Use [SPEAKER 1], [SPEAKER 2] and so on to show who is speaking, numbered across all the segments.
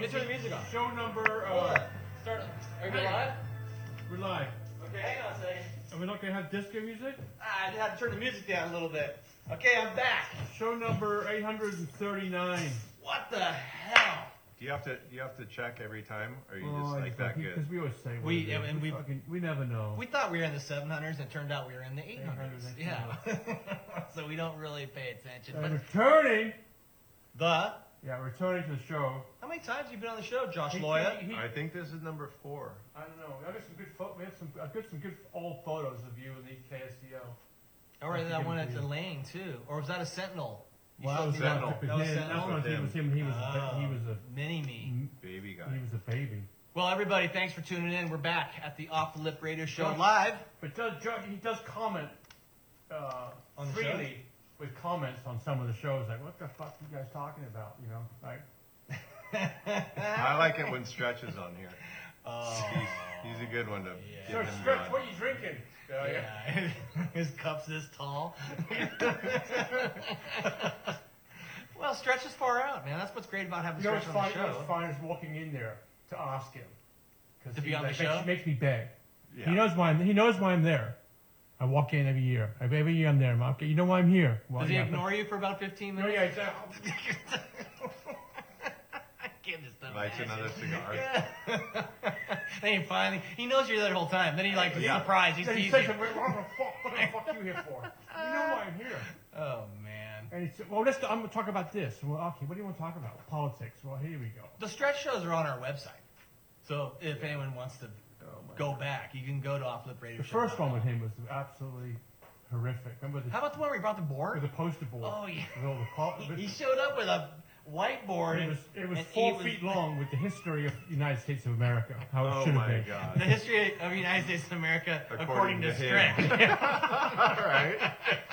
[SPEAKER 1] me turn the music off.
[SPEAKER 2] Show number, uh,
[SPEAKER 1] Start. Are you live?
[SPEAKER 2] we're live.
[SPEAKER 1] Okay, hang on a second.
[SPEAKER 2] And we're not gonna have disco music?
[SPEAKER 1] Ah, I just had to turn the music down a little bit. Okay, I'm back.
[SPEAKER 2] Show number 839.
[SPEAKER 1] What the hell?
[SPEAKER 3] Do you have to do you have to check every time, or you
[SPEAKER 2] Oh,
[SPEAKER 3] just
[SPEAKER 2] I
[SPEAKER 3] like that
[SPEAKER 2] fucking-
[SPEAKER 3] good?
[SPEAKER 2] Cause we always say
[SPEAKER 1] We-
[SPEAKER 2] do.
[SPEAKER 1] and we-
[SPEAKER 2] fucking, we never know.
[SPEAKER 1] We thought we were in the 700s, and it turned out we were in the 800s.
[SPEAKER 2] 800s.
[SPEAKER 1] Yeah. so we don't really pay attention.
[SPEAKER 2] and
[SPEAKER 1] But
[SPEAKER 2] returning,
[SPEAKER 1] the
[SPEAKER 2] yeah, returning to the show.
[SPEAKER 1] how many times have you been on the show, Josh
[SPEAKER 2] He-
[SPEAKER 1] Loya?
[SPEAKER 2] he- he-
[SPEAKER 3] I think this is number four.
[SPEAKER 2] I don't know. I got some good photo. We have some. I got some good old photos of you in the KSDO.
[SPEAKER 1] Or
[SPEAKER 2] I
[SPEAKER 1] that
[SPEAKER 2] think
[SPEAKER 1] one
[SPEAKER 2] it
[SPEAKER 1] at
[SPEAKER 2] was
[SPEAKER 1] the
[SPEAKER 2] you.
[SPEAKER 1] lane too, or was that a Sentinel? You
[SPEAKER 2] Well, that
[SPEAKER 1] showed me
[SPEAKER 3] Sentinel.
[SPEAKER 1] That,
[SPEAKER 2] That's
[SPEAKER 1] that was
[SPEAKER 2] him- that's what
[SPEAKER 1] Sentinel.
[SPEAKER 2] I think was him. He was.
[SPEAKER 1] Oh,
[SPEAKER 2] a, he was a.
[SPEAKER 1] mini me.
[SPEAKER 3] Baby guy.
[SPEAKER 2] He was a baby.
[SPEAKER 1] Well, everybody, thanks for tuning in. We're back at the Off the Lip Radio Show
[SPEAKER 2] Josh-
[SPEAKER 1] live.
[SPEAKER 2] But does Josh- he does comment uh,
[SPEAKER 1] On the
[SPEAKER 2] freely with comments on some of the shows? Like, what the fuck you guys talking about? You know, like
[SPEAKER 3] I like it when Stretch is on here.
[SPEAKER 1] Oh,
[SPEAKER 3] He's, he's a good one to
[SPEAKER 1] Yeah.
[SPEAKER 3] get
[SPEAKER 2] Sir
[SPEAKER 3] him
[SPEAKER 2] Stretch,
[SPEAKER 3] on.
[SPEAKER 2] what you drinking? Yeah, Oh, yeah.
[SPEAKER 1] yeah. His cup's this tall. well, stretch is far out, man. That's what's great about having
[SPEAKER 2] You know what's
[SPEAKER 1] stretch on
[SPEAKER 2] fun?
[SPEAKER 1] the
[SPEAKER 2] You know what's
[SPEAKER 1] show.
[SPEAKER 2] fun is walking in there to ask him because
[SPEAKER 1] To be on the
[SPEAKER 2] makes,
[SPEAKER 1] show?
[SPEAKER 2] Makes me beg.
[SPEAKER 3] Yeah.
[SPEAKER 2] He knows why I'm. He knows why I'm there. I walk in every year. Every every year I'm there. I'm okay. You know why I'm here? Well,
[SPEAKER 1] Does he
[SPEAKER 2] yeah, but-
[SPEAKER 1] ignore you for about 15
[SPEAKER 2] No,
[SPEAKER 1] minutes?
[SPEAKER 2] yeah, exactly.
[SPEAKER 1] Give this stuff.
[SPEAKER 3] Lights another cigar.
[SPEAKER 1] Yeah. then he finally he knows you're there the whole time. Then he like
[SPEAKER 3] Yeah.
[SPEAKER 1] surprised. He
[SPEAKER 2] Then he
[SPEAKER 1] sees
[SPEAKER 2] says,
[SPEAKER 1] you.
[SPEAKER 2] "What the fuck? What the fuck you here for? You know why I'm here."
[SPEAKER 1] Oh man.
[SPEAKER 2] And it's, well, let's, I'm going to talk about this. Well, okay, what do you want to talk about? Politics. Well, here we go.
[SPEAKER 1] The stretch shows are on our website. So if anyone wants to go back, you can go to Off Lip Radio.
[SPEAKER 2] Oh, The first one with him was absolutely horrific. Remember
[SPEAKER 1] How
[SPEAKER 2] the,
[SPEAKER 1] about the one where he brought the
[SPEAKER 2] with
[SPEAKER 1] board?
[SPEAKER 2] the poster board?
[SPEAKER 1] Oh, yeah.
[SPEAKER 2] With all the pol-
[SPEAKER 1] He-
[SPEAKER 2] with-
[SPEAKER 1] He showed up with a whiteboard.
[SPEAKER 2] it
[SPEAKER 1] and-
[SPEAKER 2] was, it was
[SPEAKER 1] and he
[SPEAKER 2] four feet long with the history of the United States of America, how it
[SPEAKER 3] Oh
[SPEAKER 2] should have
[SPEAKER 3] my
[SPEAKER 2] been.
[SPEAKER 1] The
[SPEAKER 3] god.
[SPEAKER 1] history of the United States of America, according,
[SPEAKER 3] According
[SPEAKER 1] to,
[SPEAKER 3] to
[SPEAKER 1] Stretch.
[SPEAKER 3] him. All right.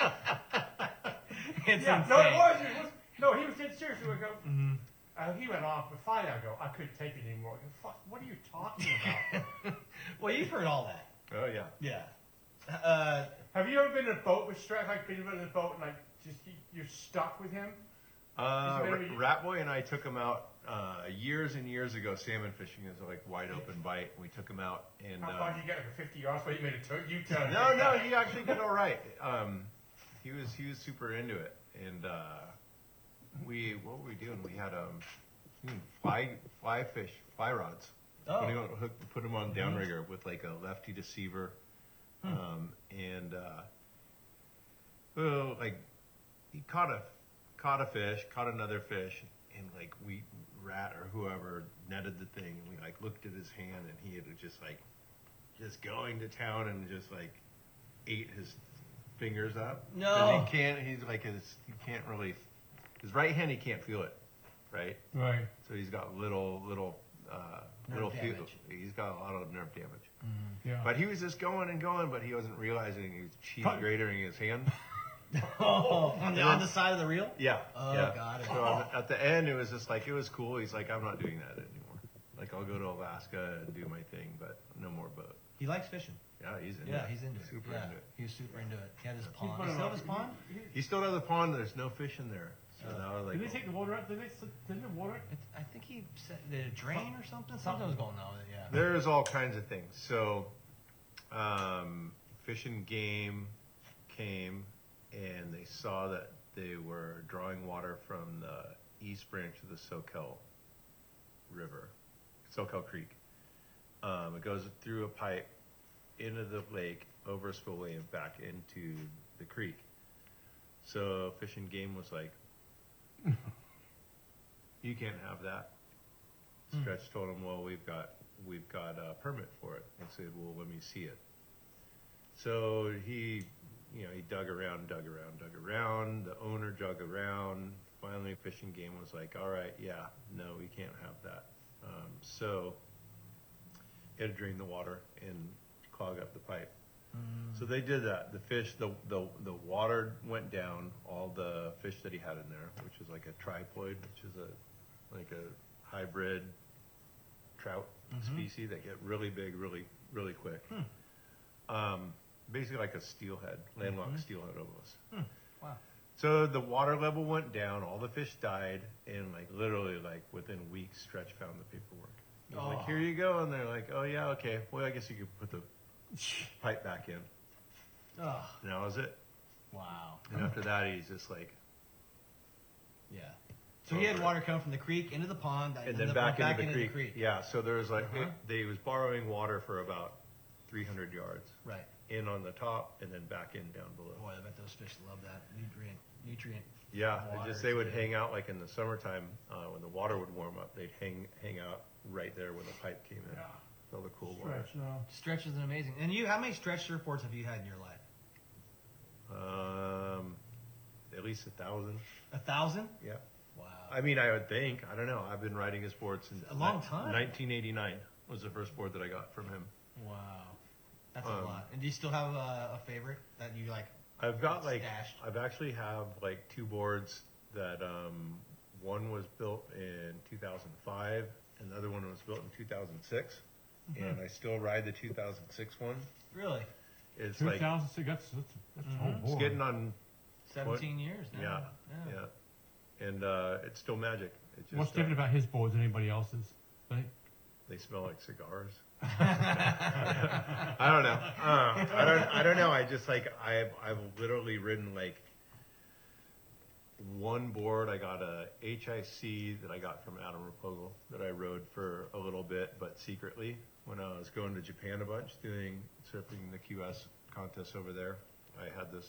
[SPEAKER 1] it's
[SPEAKER 2] Yeah,
[SPEAKER 1] insane.
[SPEAKER 2] no, it was, it was. No, he was dead serious. He would go,
[SPEAKER 3] Mm-hmm.
[SPEAKER 2] uh, he went off, but finally I go, I couldn't take it anymore. I go, Fuck, what are you talking about?
[SPEAKER 1] Well, you've heard all that.
[SPEAKER 3] Oh yeah.
[SPEAKER 1] Yeah. Uh,
[SPEAKER 2] have you ever been in a boat with Strat? Like, been in a boat and, like, just you- you're stuck with him?
[SPEAKER 3] Uh,
[SPEAKER 2] He's very-
[SPEAKER 3] Ra- Rat Boy and I took him out uh, years and years ago. Salmon fishing is like wide open bite. We took him out and.
[SPEAKER 2] How
[SPEAKER 3] uh,
[SPEAKER 2] far did you get? Like, 50 yards? Where you made a tur- U-turn?
[SPEAKER 3] No, no, he actually did all right. Um, he was he was super into it, and uh, we what were we doing? We had um hmm, fly fly fish fly rods.
[SPEAKER 1] Oh.
[SPEAKER 3] Put, him on, hook, put him on downrigger with like a lefty deceiver,
[SPEAKER 1] Hmm.
[SPEAKER 3] um, and uh, well, like he caught a caught a fish, caught another fish, and like we rat or whoever netted the thing, and we like looked at his hand, and he had just like just going to town and just like ate his fingers up.
[SPEAKER 1] No.
[SPEAKER 3] and he can't. He's like his he can't really his right hand he can't feel it, right?
[SPEAKER 2] Right.
[SPEAKER 3] So he's got little little uh,
[SPEAKER 1] Nerve
[SPEAKER 3] little feel,
[SPEAKER 1] damage. Oh.
[SPEAKER 3] he's got a lot of nerve damage.
[SPEAKER 2] Yeah.
[SPEAKER 3] But he was just going and going, but he wasn't realizing he was cheese
[SPEAKER 2] Fuck.
[SPEAKER 3] gratering his hand.
[SPEAKER 1] oh, on the, on the side of the reel?
[SPEAKER 3] Yeah.
[SPEAKER 1] Oh,
[SPEAKER 3] yeah.
[SPEAKER 1] got it.
[SPEAKER 3] So on the- at the end, it was just like it was cool. He's like, I'm not doing that anymore. Like I'll go to Alaska and do my thing, but no more boat.
[SPEAKER 1] He likes fishing.
[SPEAKER 3] Yeah, he's into
[SPEAKER 1] Yeah,
[SPEAKER 3] it.
[SPEAKER 1] he's into it.
[SPEAKER 3] Super
[SPEAKER 1] yeah.
[SPEAKER 3] into it.
[SPEAKER 1] He was super into it. He had his
[SPEAKER 2] He's
[SPEAKER 1] pond.
[SPEAKER 2] one
[SPEAKER 1] He
[SPEAKER 2] of
[SPEAKER 1] still
[SPEAKER 2] our-
[SPEAKER 1] have his
[SPEAKER 3] E
[SPEAKER 1] pond?
[SPEAKER 2] he- he-
[SPEAKER 3] He still has a pond. There's no fish in there. So
[SPEAKER 1] Yeah.
[SPEAKER 3] now we're
[SPEAKER 2] Did they
[SPEAKER 3] like,
[SPEAKER 2] take the water out? Did they? s- Didn't the water?
[SPEAKER 1] It, I think he said did a drain or something. Something was going on with it, yeah.
[SPEAKER 3] there's all kinds of things. So, um, fish and game came, and they saw that they were drawing water from the east branch of the Soquel River, Soquel Creek. Um, it goes through a pipe into the lake, over spillway, and back into the creek. So Fish and Game was like, "You can't have that." Stretch told him, "Well, we've got we've got a permit for it." And said, "Well, let me see it." So he, you know, he dug around, dug around, dug around. The owner dug around. Finally, Fish and Game was like, "All right, yeah, no, we can't have that." Um, so it would drain the water and clog up the pipe.
[SPEAKER 1] Mm.
[SPEAKER 3] So they did that. The fish, the, the the water went down. All the fish that he had in there, which is like a triploid, which is a like a hybrid trout
[SPEAKER 1] Mm-hmm.
[SPEAKER 3] species that get really big, really really quick.
[SPEAKER 1] Hmm.
[SPEAKER 3] Um, basically like a steelhead, landlocked steelhead almost.
[SPEAKER 1] Mm-hmm. Hmm. Wow.
[SPEAKER 3] So the water level went down, all the fish died, and like literally like within weeks, Stretch found the paperwork. He was
[SPEAKER 1] Oh.
[SPEAKER 3] Like here you go, and they're like, oh yeah, okay. Well, I guess you could put the pipe back in.
[SPEAKER 1] Oh,
[SPEAKER 3] And that was it.
[SPEAKER 1] wow.
[SPEAKER 3] And after that, he's just like,
[SPEAKER 1] Yeah. So he had
[SPEAKER 3] Over.
[SPEAKER 1] water come from the creek into the pond,
[SPEAKER 3] and then back, into, the, creek.
[SPEAKER 1] creek.
[SPEAKER 3] Yeah. So there was like
[SPEAKER 1] Uh-huh.
[SPEAKER 3] it- they was borrowing water for about 300 yards
[SPEAKER 1] Right.
[SPEAKER 3] in on the top, and then back in down below.
[SPEAKER 1] Boy, I bet those fish love that nutrient. Nutrient.
[SPEAKER 3] Yeah,
[SPEAKER 1] Water
[SPEAKER 3] it just
[SPEAKER 1] is
[SPEAKER 3] they would
[SPEAKER 1] good.
[SPEAKER 3] hang out like in the summertime uh, when the water would warm up. They'd hang hang out right there where the pipe came in.
[SPEAKER 4] Yeah.
[SPEAKER 3] All the cool water.
[SPEAKER 4] Stretch, no.
[SPEAKER 1] Stretch is an amazing. And you, how many stretch surfboards have you had in your life?
[SPEAKER 3] Um, at least a thousand.
[SPEAKER 1] A thousand?
[SPEAKER 3] Yeah.
[SPEAKER 1] Wow.
[SPEAKER 3] I mean, I would think. I don't know. I've been riding his board since
[SPEAKER 1] A long
[SPEAKER 3] ni-
[SPEAKER 1] time.
[SPEAKER 3] 1989 was the first board that I got from him.
[SPEAKER 1] wow. That's a
[SPEAKER 3] Um,
[SPEAKER 1] lot. And do you still have a, a favorite that you like?
[SPEAKER 3] I've got like
[SPEAKER 1] Stashed.
[SPEAKER 3] I've actually have like two boards that um one was built in 2005 and the other one was built in 2006
[SPEAKER 2] Mm-hmm.
[SPEAKER 3] and I still ride the 2006 one.
[SPEAKER 1] Really?
[SPEAKER 3] It's
[SPEAKER 2] Two
[SPEAKER 3] like
[SPEAKER 2] thousand six. That's that's, that's a whole
[SPEAKER 1] Mhm.
[SPEAKER 3] it's
[SPEAKER 2] board.
[SPEAKER 3] getting on
[SPEAKER 1] 17 years now.
[SPEAKER 3] yeah, yeah. And uh it's still magic. It's just
[SPEAKER 2] What's
[SPEAKER 3] uh,
[SPEAKER 2] different about his board than anybody else's? Right?
[SPEAKER 3] they smell like cigars. I don't know. Uh, I don't. I don't know. I just like I've I've literally ridden like one board. I got a HIC that I got from Adam Rapogel that I rode for a little bit, but secretly when I was going to Japan a bunch, doing surfing the QS contest over there. I had this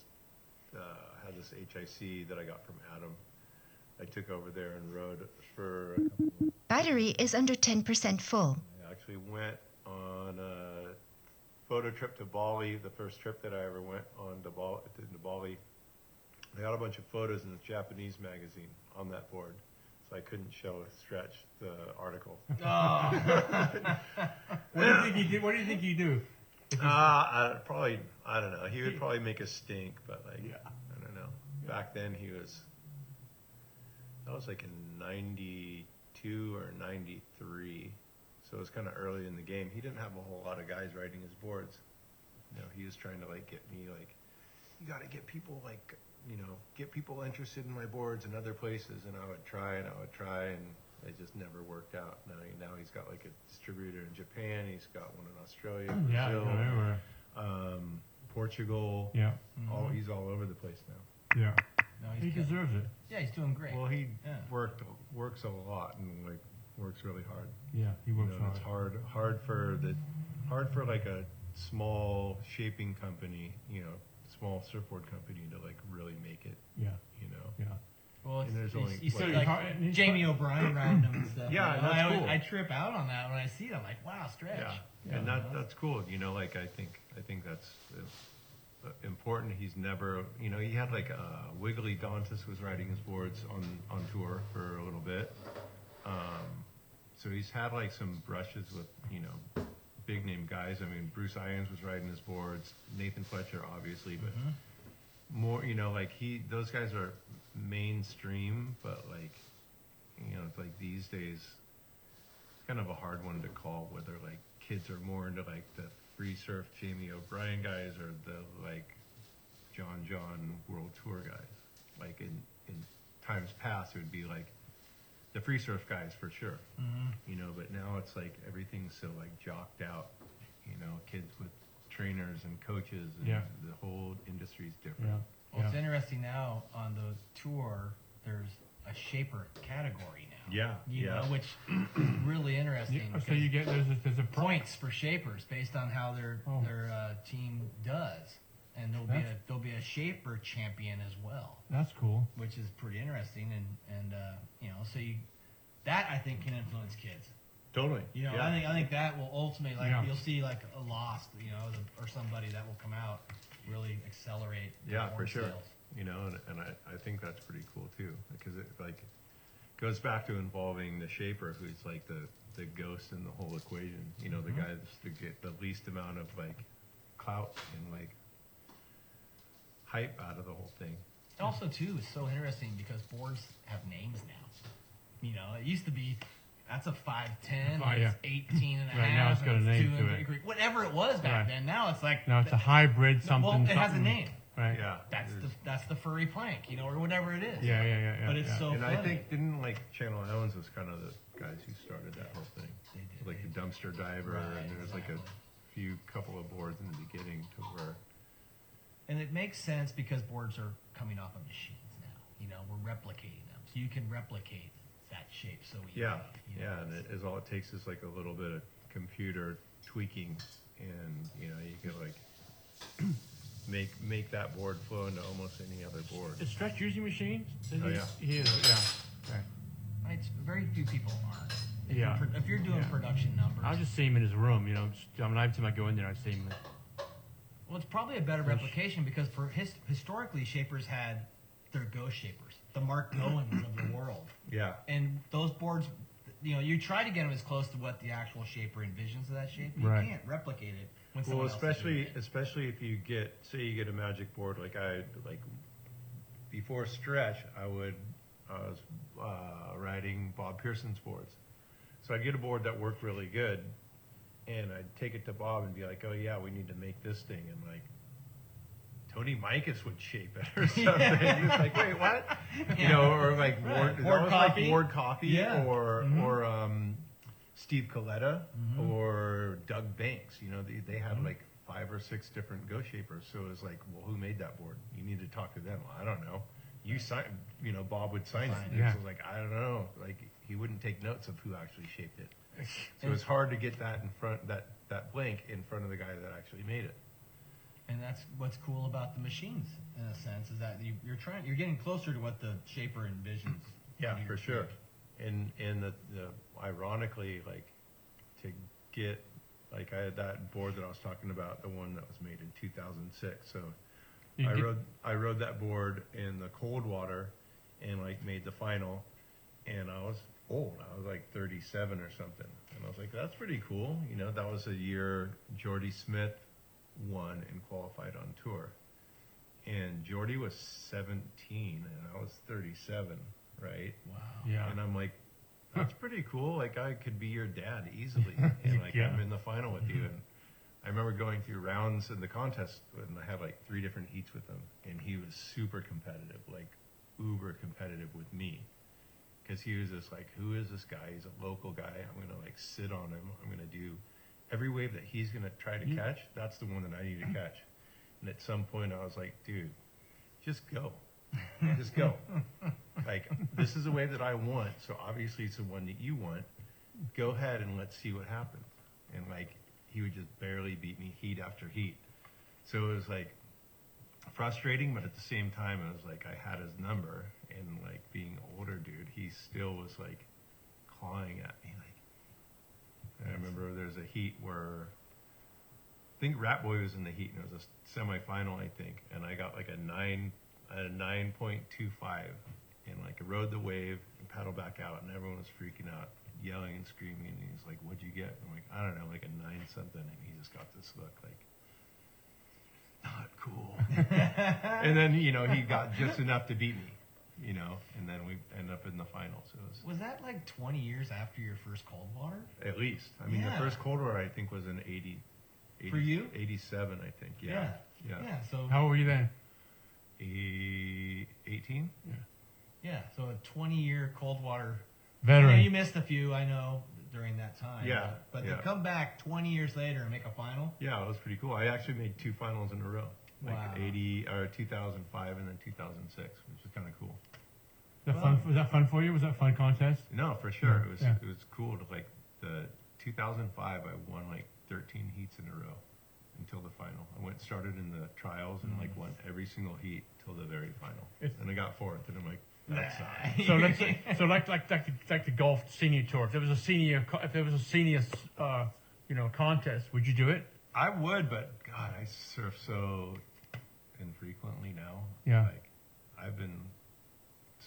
[SPEAKER 3] uh, had this HIC that I got from Adam. I took over there and rode for a couple of
[SPEAKER 5] Battery is under 10% full.
[SPEAKER 3] I actually went on a photo trip to Bali, the first trip that I ever went on to Bali. To Bali. I got a bunch of photos in the Japanese magazine on that board, so I couldn't show Stretch the article.
[SPEAKER 1] Oh.
[SPEAKER 3] Oh,
[SPEAKER 2] What do you think he did? What do you think he do?
[SPEAKER 3] uh, I, probably, I don't know. He would probably make a stink, but like,
[SPEAKER 2] Yeah.
[SPEAKER 3] I don't know. Back then, he was. That was like in '92 or '93, so it was kind of early in the game. He didn't have a whole lot of guys riding his boards. You know, he was trying to like get me like, you got to get people like, you know, get people interested in my boards in other places, and I would try and I would try and. It just never worked out. Now, now he's got like a distributor in Japan. He's got one in Australia,
[SPEAKER 2] Yeah,
[SPEAKER 3] Brazil,
[SPEAKER 2] you know, everywhere.
[SPEAKER 3] um, Portugal.
[SPEAKER 2] Yeah,
[SPEAKER 3] All, he's all over the place now.
[SPEAKER 2] yeah.
[SPEAKER 1] Mm-hmm. No,
[SPEAKER 2] He
[SPEAKER 1] he's good.
[SPEAKER 2] deserves it.
[SPEAKER 1] yeah, he's doing great.
[SPEAKER 3] Well, he
[SPEAKER 1] Yeah.
[SPEAKER 3] worked works a lot and like works really hard.
[SPEAKER 2] Yeah, he
[SPEAKER 3] You
[SPEAKER 2] works
[SPEAKER 3] know,
[SPEAKER 2] hard.
[SPEAKER 3] it's hard hard for the hard for like a small shaping company, you know, small surfboard company to like really make it,
[SPEAKER 2] Yeah,
[SPEAKER 3] you know.
[SPEAKER 2] yeah.
[SPEAKER 1] Well, it's,
[SPEAKER 3] And there's
[SPEAKER 1] you-
[SPEAKER 3] only-
[SPEAKER 1] you see,
[SPEAKER 3] So
[SPEAKER 2] he's
[SPEAKER 1] like,
[SPEAKER 2] hard- and he's
[SPEAKER 1] Jamie O'Brien riding him and stuff.
[SPEAKER 3] Yeah,
[SPEAKER 1] you know?
[SPEAKER 3] that's
[SPEAKER 1] I, always-
[SPEAKER 3] cool.
[SPEAKER 1] I trip out on that when I see it. I'm like, wow, stretch.
[SPEAKER 3] Yeah.
[SPEAKER 2] Yeah.
[SPEAKER 3] And that that's cool, you know, like I think I think that's uh, uh, important. He's never, you know, he had like uh, Wiggly Dantas was riding his boards on on tour for a little bit. Um, so he's had like some brushes with you know big name guys. I mean, Bruce Irons was riding his boards. Nathan Fletcher, obviously, but more you know like he those guys are mainstream, but like you know it's like these days it's kind of a hard one to call whether like kids are more into like the free surf Jamie O'Brien guys or the like John John World Tour guys. Like in in times past, it would be like the free surf guys for sure,
[SPEAKER 1] Mm-hmm.
[SPEAKER 3] you know. But now it's like everything's so like jocked out, you know. Kids with trainers and coaches, and
[SPEAKER 2] Yeah.
[SPEAKER 3] the whole industry's
[SPEAKER 2] Yeah,
[SPEAKER 3] different.
[SPEAKER 1] Well, it's
[SPEAKER 2] yeah.
[SPEAKER 1] interesting now on the tour, there's a shaper category now.
[SPEAKER 3] Yeah,
[SPEAKER 1] You
[SPEAKER 3] yeah.
[SPEAKER 1] know, which is really interesting.
[SPEAKER 2] Yeah, So
[SPEAKER 1] because
[SPEAKER 2] you get there's a, there's a pro-
[SPEAKER 1] points for shapers based on how their
[SPEAKER 2] Oh.
[SPEAKER 1] their uh, team does, and there'll be a
[SPEAKER 2] That's-
[SPEAKER 1] there'll be a shaper champion as well,
[SPEAKER 2] That's cool.
[SPEAKER 1] which is pretty interesting. And and uh, you know, so you that I think can influence kids.
[SPEAKER 3] Totally.
[SPEAKER 1] You know,
[SPEAKER 3] yeah.
[SPEAKER 1] I think I think that will ultimately like
[SPEAKER 2] Yeah.
[SPEAKER 1] you'll see like a lost, you know, or somebody that will come out really accelerate. the
[SPEAKER 3] Yeah, for
[SPEAKER 1] horn
[SPEAKER 3] sure.
[SPEAKER 1] sales.
[SPEAKER 3] You know, and, and I, I think that's pretty cool too, because it like goes back to involving the shaper, who's like the the ghost in the whole equation. You know,
[SPEAKER 1] Mm-hmm.
[SPEAKER 3] the guy that's to get the least amount of like clout and like hype out of the whole thing.
[SPEAKER 1] It also too is so interesting because boards have names now. You know, it used to be that's a 510,
[SPEAKER 2] Oh,
[SPEAKER 1] and it's
[SPEAKER 2] yeah.
[SPEAKER 1] 18 and a
[SPEAKER 2] Right, now
[SPEAKER 1] half,
[SPEAKER 2] it's got
[SPEAKER 1] and
[SPEAKER 2] a name
[SPEAKER 1] two and
[SPEAKER 2] to
[SPEAKER 1] three
[SPEAKER 2] it.
[SPEAKER 1] Greek- whatever it was back
[SPEAKER 2] Right.
[SPEAKER 1] then. Now it's like
[SPEAKER 2] Now it's a hybrid something.
[SPEAKER 1] Well, it has a
[SPEAKER 2] something.
[SPEAKER 1] name.
[SPEAKER 2] right?
[SPEAKER 3] Yeah.
[SPEAKER 1] That's the
[SPEAKER 3] there's-
[SPEAKER 1] that's the furry plank, you know, or whatever it is.
[SPEAKER 2] yeah, yeah, yeah. yeah
[SPEAKER 1] But it's
[SPEAKER 2] yeah.
[SPEAKER 1] so
[SPEAKER 3] and
[SPEAKER 1] funny.
[SPEAKER 3] I think didn't like Channel Islands was kind of the guys who started that whole thing.
[SPEAKER 1] They did,
[SPEAKER 3] Like
[SPEAKER 1] they
[SPEAKER 3] the dumpster diver,
[SPEAKER 1] Right,
[SPEAKER 3] and there was like a
[SPEAKER 1] exactly.
[SPEAKER 3] few couple of boards in the beginning to where
[SPEAKER 1] And it makes sense because boards are coming off of machines now. You know, we're replicating them, so you can replicate that shape so easily.
[SPEAKER 3] yeah,
[SPEAKER 1] you know,
[SPEAKER 3] yeah, and
[SPEAKER 1] it's-
[SPEAKER 3] it is all it takes is like a little bit of computer tweaking, and you know you could like make make that board flow into almost any other board.
[SPEAKER 2] Is Stretch using machines? Is
[SPEAKER 3] Oh,
[SPEAKER 2] he-
[SPEAKER 3] yeah.
[SPEAKER 2] He is, yeah. Okay.
[SPEAKER 1] It's very few people aren't. If
[SPEAKER 2] Yeah.
[SPEAKER 1] You're, pro- if you're doing
[SPEAKER 2] Yeah.
[SPEAKER 1] production numbers,
[SPEAKER 2] I'll just see him in his room, you know. Just, I mean, every time I go in there, I see him.
[SPEAKER 1] well, it's probably a better replication because for his, historically, shapers had their ghost shapers, the Mark Goins of the world,
[SPEAKER 3] Yeah,
[SPEAKER 1] and those boards. You know, you try to get them as close to what the actual shaper envisions of that shape. but You
[SPEAKER 2] Right.
[SPEAKER 1] can't replicate it. When someone
[SPEAKER 3] well,
[SPEAKER 1] else is
[SPEAKER 3] especially
[SPEAKER 1] doing it.
[SPEAKER 3] especially if you get say you get a magic board like I like before stretch I would I was uh, riding Bob Pearson's boards, so I'd get a board that worked really good, and I'd take it to Bob and be like, oh yeah, we need to make this thing, and like Tony Micus would shape it or something. He's like, wait, what? You know, or like
[SPEAKER 1] Right.
[SPEAKER 3] Ward, it's
[SPEAKER 1] Ward
[SPEAKER 3] almost
[SPEAKER 1] Coffey.
[SPEAKER 3] like Ward Coffee
[SPEAKER 1] Yeah.
[SPEAKER 3] or or um, Steve Coletta or Doug Banks. You know, they, they had like five or six different ghost shapers. So it was like, well, who made that board? You need to talk to them. Well, I don't know. You sign, you know, Bob would sign
[SPEAKER 1] Sign
[SPEAKER 3] it.
[SPEAKER 2] it. Yeah.
[SPEAKER 3] So it was like, I don't know. Like he wouldn't take notes of who actually shaped it. So
[SPEAKER 1] And-
[SPEAKER 3] it's hard to get that in front that that blank in front of the guy that actually made it.
[SPEAKER 1] And that's what's cool about the machines, in a sense, is that you, you're trying, you're getting closer to what the shaper envisions.
[SPEAKER 3] Yeah,
[SPEAKER 1] when
[SPEAKER 3] for
[SPEAKER 1] you're-
[SPEAKER 3] sure. And and the, the ironically, like to get like I had that board that I was talking about, the one that was made in 2006. So
[SPEAKER 2] You
[SPEAKER 3] I
[SPEAKER 2] get-
[SPEAKER 3] rode I rode that board in the cold water, and like made the final, and I was old. I was like 37 or something, and I was like, that's pretty cool. You know, that was a year Jordy Smith won and qualified on tour, and Jordy was 17 and I was 37, right?
[SPEAKER 1] Wow.
[SPEAKER 2] Yeah.
[SPEAKER 3] And I'm like, that's pretty cool. Like I could be your dad easily, and like
[SPEAKER 2] Yeah. Mm-hmm.
[SPEAKER 3] I'm in the final with you. And I remember going through rounds in the contest, and I had like three different heats with him, and he was super competitive, like uber competitive with me, because he was just like, who is this guy? He's a local guy. I'm gonna like sit on him. I'm gonna do every wave that he's gonna try
[SPEAKER 2] Mm.
[SPEAKER 3] to catch. That's the one that I need to catch. And at some point, I was like, dude, just go, just go. like this is the wave that I want, so obviously it's the one that you want. Go ahead and let's see what happens. And like he would just barely beat me heat after heat. So it was like frustrating, but at the same time it was like I had his number and like being older dude, he still was like clawing at me like I remember there's a heat where I think Rat Boy was in the heat and it was a semifinal I think and I got like a nine a nine point two five and like I rode the wave and paddled back out, and everyone was freaking out, yelling and screaming. And he's like, "What'd you get?" I'm like, "I don't know, like a nine something." And he just got this look like, "Not cool." and then you know he got just enough to beat me, you know, and then we end up in the finals. It was
[SPEAKER 1] Was that like 20 years after your first cold water?
[SPEAKER 3] at least. I mean,
[SPEAKER 1] Yeah.
[SPEAKER 3] the first cold war I think was in 80, 80
[SPEAKER 1] For you?
[SPEAKER 3] 87, I think. Yeah,
[SPEAKER 1] Yeah.
[SPEAKER 3] yeah,
[SPEAKER 1] so
[SPEAKER 2] How old were you then?
[SPEAKER 3] E- 18.
[SPEAKER 1] yeah, so a 20 year cold water. You, know,
[SPEAKER 2] Veteran.
[SPEAKER 1] you missed a few, I know, during that time.
[SPEAKER 3] Yeah,
[SPEAKER 1] But, but
[SPEAKER 3] yeah.
[SPEAKER 1] to come back 20 years later and make a final,
[SPEAKER 3] Yeah, it was pretty cool. I actually made two finals in a row. Like
[SPEAKER 1] Wow.
[SPEAKER 3] 80 or 2005 and then 2006, which was kind of cool.
[SPEAKER 2] Was that, fun, was that fun for you? Was that a fun contest?
[SPEAKER 3] No, for sure. It was
[SPEAKER 2] Yeah.
[SPEAKER 3] it was cool to like the 2005 I won like 13 heats in a row until the final. I went started in the trials and like won every single heat till the very final.
[SPEAKER 2] It's-
[SPEAKER 3] and I got fourth and I'm like that sucks.
[SPEAKER 2] So let's say, so like like like the, like the golf senior tour. If there was a senior co- if there was a senior uh, you know contest, would you do it?
[SPEAKER 3] I would, but god, I surf so infrequently now.
[SPEAKER 2] Yeah.
[SPEAKER 3] Like I've been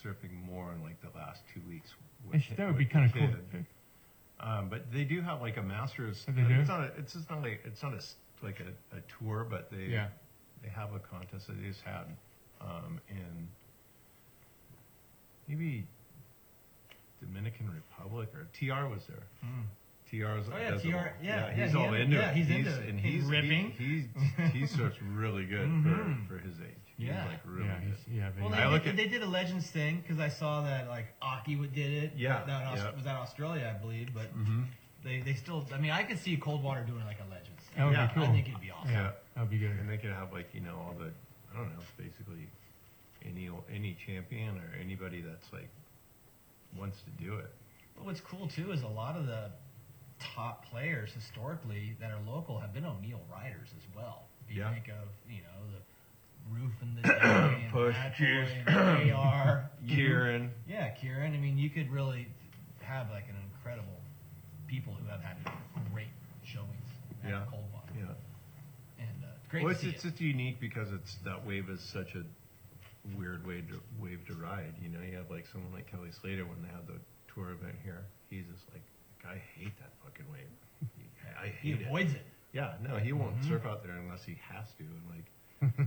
[SPEAKER 3] surfing more in like the last 2 weeks. with
[SPEAKER 2] Actually,
[SPEAKER 3] the-
[SPEAKER 2] that would be
[SPEAKER 3] with the
[SPEAKER 2] kind of cool.
[SPEAKER 3] kid. Um, but they do have like a masters.
[SPEAKER 2] Oh, they do?
[SPEAKER 3] It's not. A, it's just not like it's not a s like a, a tour, but they
[SPEAKER 2] Yeah.
[SPEAKER 3] they have a contest that they just had um, in Hmm. maybe Dominican Republic or TR was there. TR's.
[SPEAKER 1] Oh, yeah,
[SPEAKER 3] does it
[SPEAKER 1] TR
[SPEAKER 3] all.
[SPEAKER 1] yeah, yeah,
[SPEAKER 3] he's
[SPEAKER 1] he
[SPEAKER 3] all
[SPEAKER 1] is-
[SPEAKER 3] into
[SPEAKER 1] yeah,
[SPEAKER 3] it.
[SPEAKER 1] he's into it.
[SPEAKER 3] And
[SPEAKER 1] He's
[SPEAKER 3] he's
[SPEAKER 1] ripping.
[SPEAKER 3] He, he's he sorts really good
[SPEAKER 1] Mhm.
[SPEAKER 3] for, for his age.
[SPEAKER 1] Yeah.
[SPEAKER 3] He's like really
[SPEAKER 2] Yeah,
[SPEAKER 3] good.
[SPEAKER 2] he's, yeah,
[SPEAKER 1] Well,
[SPEAKER 2] but
[SPEAKER 1] they,
[SPEAKER 3] I look
[SPEAKER 1] did,
[SPEAKER 3] at-
[SPEAKER 1] they did a Legends thing because I saw that like Aki would- did it.
[SPEAKER 3] Yeah,
[SPEAKER 1] that was,
[SPEAKER 3] yeah.
[SPEAKER 1] was that Australia, I believe. But
[SPEAKER 3] Mhm.
[SPEAKER 1] they, they still. I mean, I could see Cold Water doing like a Legends. Thing.
[SPEAKER 2] That would be
[SPEAKER 1] yeah, I
[SPEAKER 2] cool.
[SPEAKER 1] think it'd be awesome.
[SPEAKER 2] yeah, that'd be
[SPEAKER 3] And
[SPEAKER 2] good.
[SPEAKER 3] they could have like you know all the I don't know basically any any champion or anybody that's like wants to do it.
[SPEAKER 1] But what's cool too is a lot of the top players historically that are local have been O'Neill riders as well. You
[SPEAKER 3] Yeah.
[SPEAKER 1] think of you know the Roof and the Day and
[SPEAKER 3] Push,
[SPEAKER 1] Bad Boy
[SPEAKER 3] Juice.
[SPEAKER 1] and AR.
[SPEAKER 3] Kieran.
[SPEAKER 1] Yeah, Kieran. I mean, you could really have like an incredible people who have had great showings at
[SPEAKER 3] Yeah.
[SPEAKER 1] Cold Water.
[SPEAKER 3] Yeah.
[SPEAKER 1] and uh, great to
[SPEAKER 3] well, it's,
[SPEAKER 1] see
[SPEAKER 3] it's
[SPEAKER 1] it.
[SPEAKER 3] just unique because it's that wave is such a weird wave to, wave to ride. You know, you have like someone like Kelly Slater when they had the tour event here. He's just like, I hate that fucking wave. I I
[SPEAKER 1] He
[SPEAKER 3] hate it.
[SPEAKER 1] avoids it.
[SPEAKER 3] Yeah, no, he won't surf out there unless he has to, and like,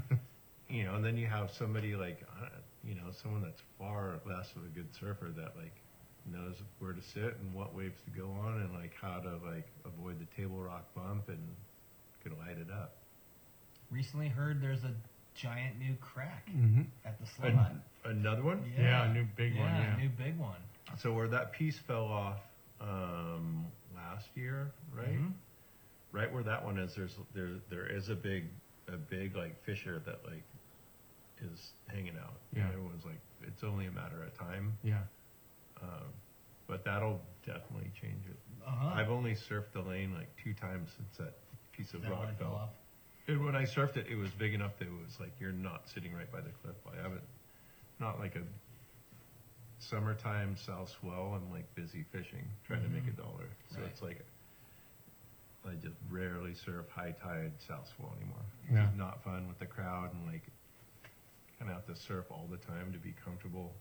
[SPEAKER 3] you know, and then you have somebody like, I don't- you know, someone that's far less of a good surfer that like knows where to sit and what waves to go on and like how to like avoid the table rock bump and could light it up.
[SPEAKER 1] Recently heard there's a giant new crack
[SPEAKER 2] Mm-hmm.
[SPEAKER 1] at the slot.
[SPEAKER 3] An- another one.
[SPEAKER 2] Yeah, a new big one.
[SPEAKER 1] Yeah,
[SPEAKER 2] Yeah.
[SPEAKER 1] new big one.
[SPEAKER 3] So where that piece fell off um, last year, right?
[SPEAKER 2] Mm-hmm.
[SPEAKER 1] Mhm.
[SPEAKER 3] right where that one is there's there there is a big a big like fissure that like is hanging out And
[SPEAKER 2] Yeah.
[SPEAKER 3] everyone's like it's only a matter of time
[SPEAKER 2] yeah.
[SPEAKER 3] um, but that'll definitely change it
[SPEAKER 1] Uh huh.
[SPEAKER 3] i've only surfed the lane like two times since that piece of
[SPEAKER 1] That one
[SPEAKER 3] rock
[SPEAKER 1] fell
[SPEAKER 3] fell
[SPEAKER 1] off.
[SPEAKER 3] and when i surfed it it was big enough that it was like you're not sitting right by the cliff i haven't not like a summertime south swell i'm like busy fishing trying to
[SPEAKER 2] Mm-hmm.
[SPEAKER 3] make a dollar so
[SPEAKER 1] Right.
[SPEAKER 3] it's like i just rarely surf high tide south swell anymore
[SPEAKER 2] Yeah.
[SPEAKER 3] it's not fun with the crowd and like kind of have to surf all the time to be comfortable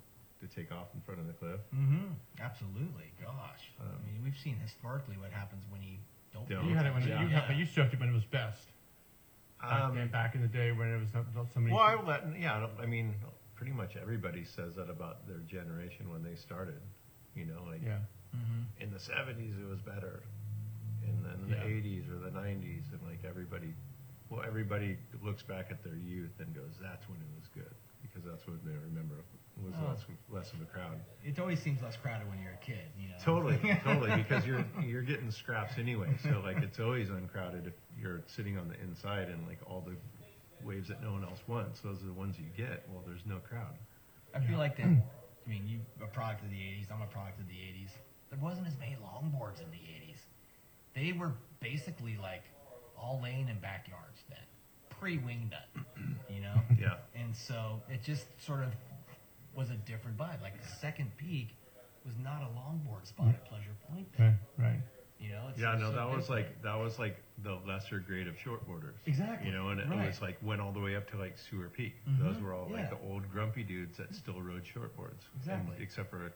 [SPEAKER 3] to take off in front of the cliff
[SPEAKER 1] Mm-hmm. Absolutely. Gosh.
[SPEAKER 3] Um,
[SPEAKER 1] I mean, we've seen historically what happens when you don't.
[SPEAKER 3] Yeah.
[SPEAKER 1] do
[SPEAKER 2] You had it when
[SPEAKER 1] yeah.
[SPEAKER 2] you, had, but you surfed it when it was best. Back, then,
[SPEAKER 3] um,
[SPEAKER 2] back in the day when it was not, not so many.
[SPEAKER 3] well I, let, yeah I, don't- I mean pretty much everybody says that about their generation when they started you know like
[SPEAKER 2] yeah.
[SPEAKER 1] Mm-hmm.
[SPEAKER 3] in the 70s it was better and then in
[SPEAKER 2] Yeah.
[SPEAKER 3] the 80s or the 90s and like everybody well everybody looks back at their youth and goes that's when it was good because that's when they remember it was
[SPEAKER 1] Oh.
[SPEAKER 3] less, less of a crowd
[SPEAKER 1] It always seems less crowded when you're a kid. You know.
[SPEAKER 3] totally totally because you're you're getting scraps anyway so like it's always uncrowded if you're sitting on the inside and like all the waves that no one else wants those are the ones you get well there's no crowd
[SPEAKER 1] I feel like
[SPEAKER 3] Hmm.
[SPEAKER 1] that. I mean, you a product of the '80s. I'm a product of the '80s. There wasn't as many longboards in the '80s. They were basically like all lane and backyards then, pre-wing nut, you know.
[SPEAKER 3] yeah
[SPEAKER 1] And so it just sort of was a different vibe. Like the second peak was not a longboard spot at Pleasure Point. Then,
[SPEAKER 2] Right. Right.
[SPEAKER 1] You know. It's
[SPEAKER 3] yeah
[SPEAKER 1] it's
[SPEAKER 3] no
[SPEAKER 1] so
[SPEAKER 3] that was
[SPEAKER 1] different.
[SPEAKER 3] like that was like the lesser grade of shortboarders
[SPEAKER 1] exactly.
[SPEAKER 3] You know, and it
[SPEAKER 1] right.
[SPEAKER 3] was like went all the way up to like Sewer Peak. Those
[SPEAKER 1] Mhm.
[SPEAKER 3] were all
[SPEAKER 1] Yeah.
[SPEAKER 3] like the old grumpy dudes that still rode shortboards.
[SPEAKER 1] Exactly.
[SPEAKER 3] And, except for,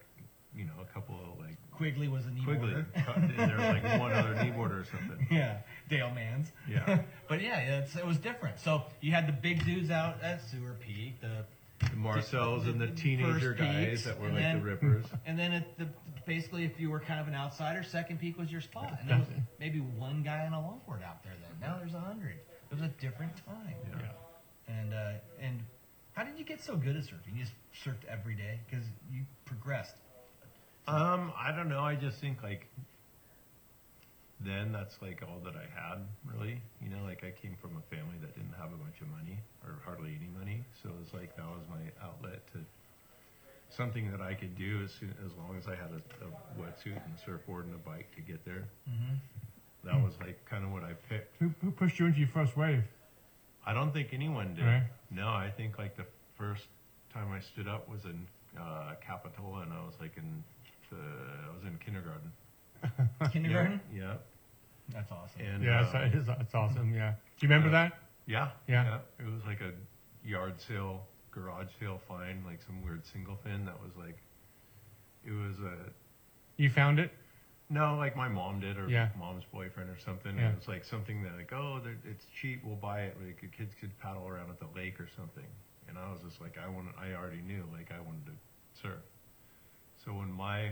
[SPEAKER 3] you know, a couple of like
[SPEAKER 1] Quigley was a knee
[SPEAKER 3] Quigley.
[SPEAKER 1] boarder.
[SPEAKER 3] and there was like one other kneeboarder or something.
[SPEAKER 1] Yeah, Dale Mans.
[SPEAKER 3] Yeah.
[SPEAKER 1] but yeah, it's, it was different. So you had the big dudes out at Sewer Peak, the
[SPEAKER 3] The Marcells and the
[SPEAKER 1] First
[SPEAKER 3] teenager
[SPEAKER 1] Peaks,
[SPEAKER 3] guys that were
[SPEAKER 1] and
[SPEAKER 3] like
[SPEAKER 1] then-
[SPEAKER 3] the rippers.
[SPEAKER 1] And then at the, basically, if you were kind of an outsider, second peak was your spot. And there was
[SPEAKER 2] That's it.
[SPEAKER 1] maybe one guy on a longboard out there then. Now there's a hundred. It was a different time.
[SPEAKER 3] Yeah.
[SPEAKER 2] Yeah.
[SPEAKER 1] And uh, and how did you get so good at surfing? You just surfed every day because you progressed.
[SPEAKER 3] Um, I don't know. I just think like then that's like all that I had really. You know, like I came from a family that didn't have a bunch of money or hardly any money, so it was like that was my outlet to something that I could do as soon, as long as I had a, a wetsuit and a surfboard and a bike to get there.
[SPEAKER 1] Mm-hmm.
[SPEAKER 3] That was like kind of what I picked.
[SPEAKER 2] Who, who pushed you into your first wave?
[SPEAKER 3] I don't think anyone did.
[SPEAKER 2] Right.
[SPEAKER 3] No, I think like the first time I stood up was in uh, Capitola, and I was like in the I was in kindergarten.
[SPEAKER 1] Kindergarten.
[SPEAKER 3] Yeah. yeah.
[SPEAKER 1] That's awesome.
[SPEAKER 3] And
[SPEAKER 2] Yeah,
[SPEAKER 3] uh,
[SPEAKER 2] it's, it's, it's awesome. Yeah. Do you remember that?
[SPEAKER 3] yeah,
[SPEAKER 2] Yeah.
[SPEAKER 3] It was like a yard sale, garage sale find, like some weird single fin that was like, it was a
[SPEAKER 2] You found it?
[SPEAKER 3] no, like my mom did or
[SPEAKER 2] Yeah.
[SPEAKER 3] mom's boyfriend or something.
[SPEAKER 2] Yeah.
[SPEAKER 3] It was like something that like, oh, they're- it's cheap, we'll buy it. Like the kids could paddle around at the lake or something. And I was just like, I wanted, I already knew, like I wanted to surf. So when my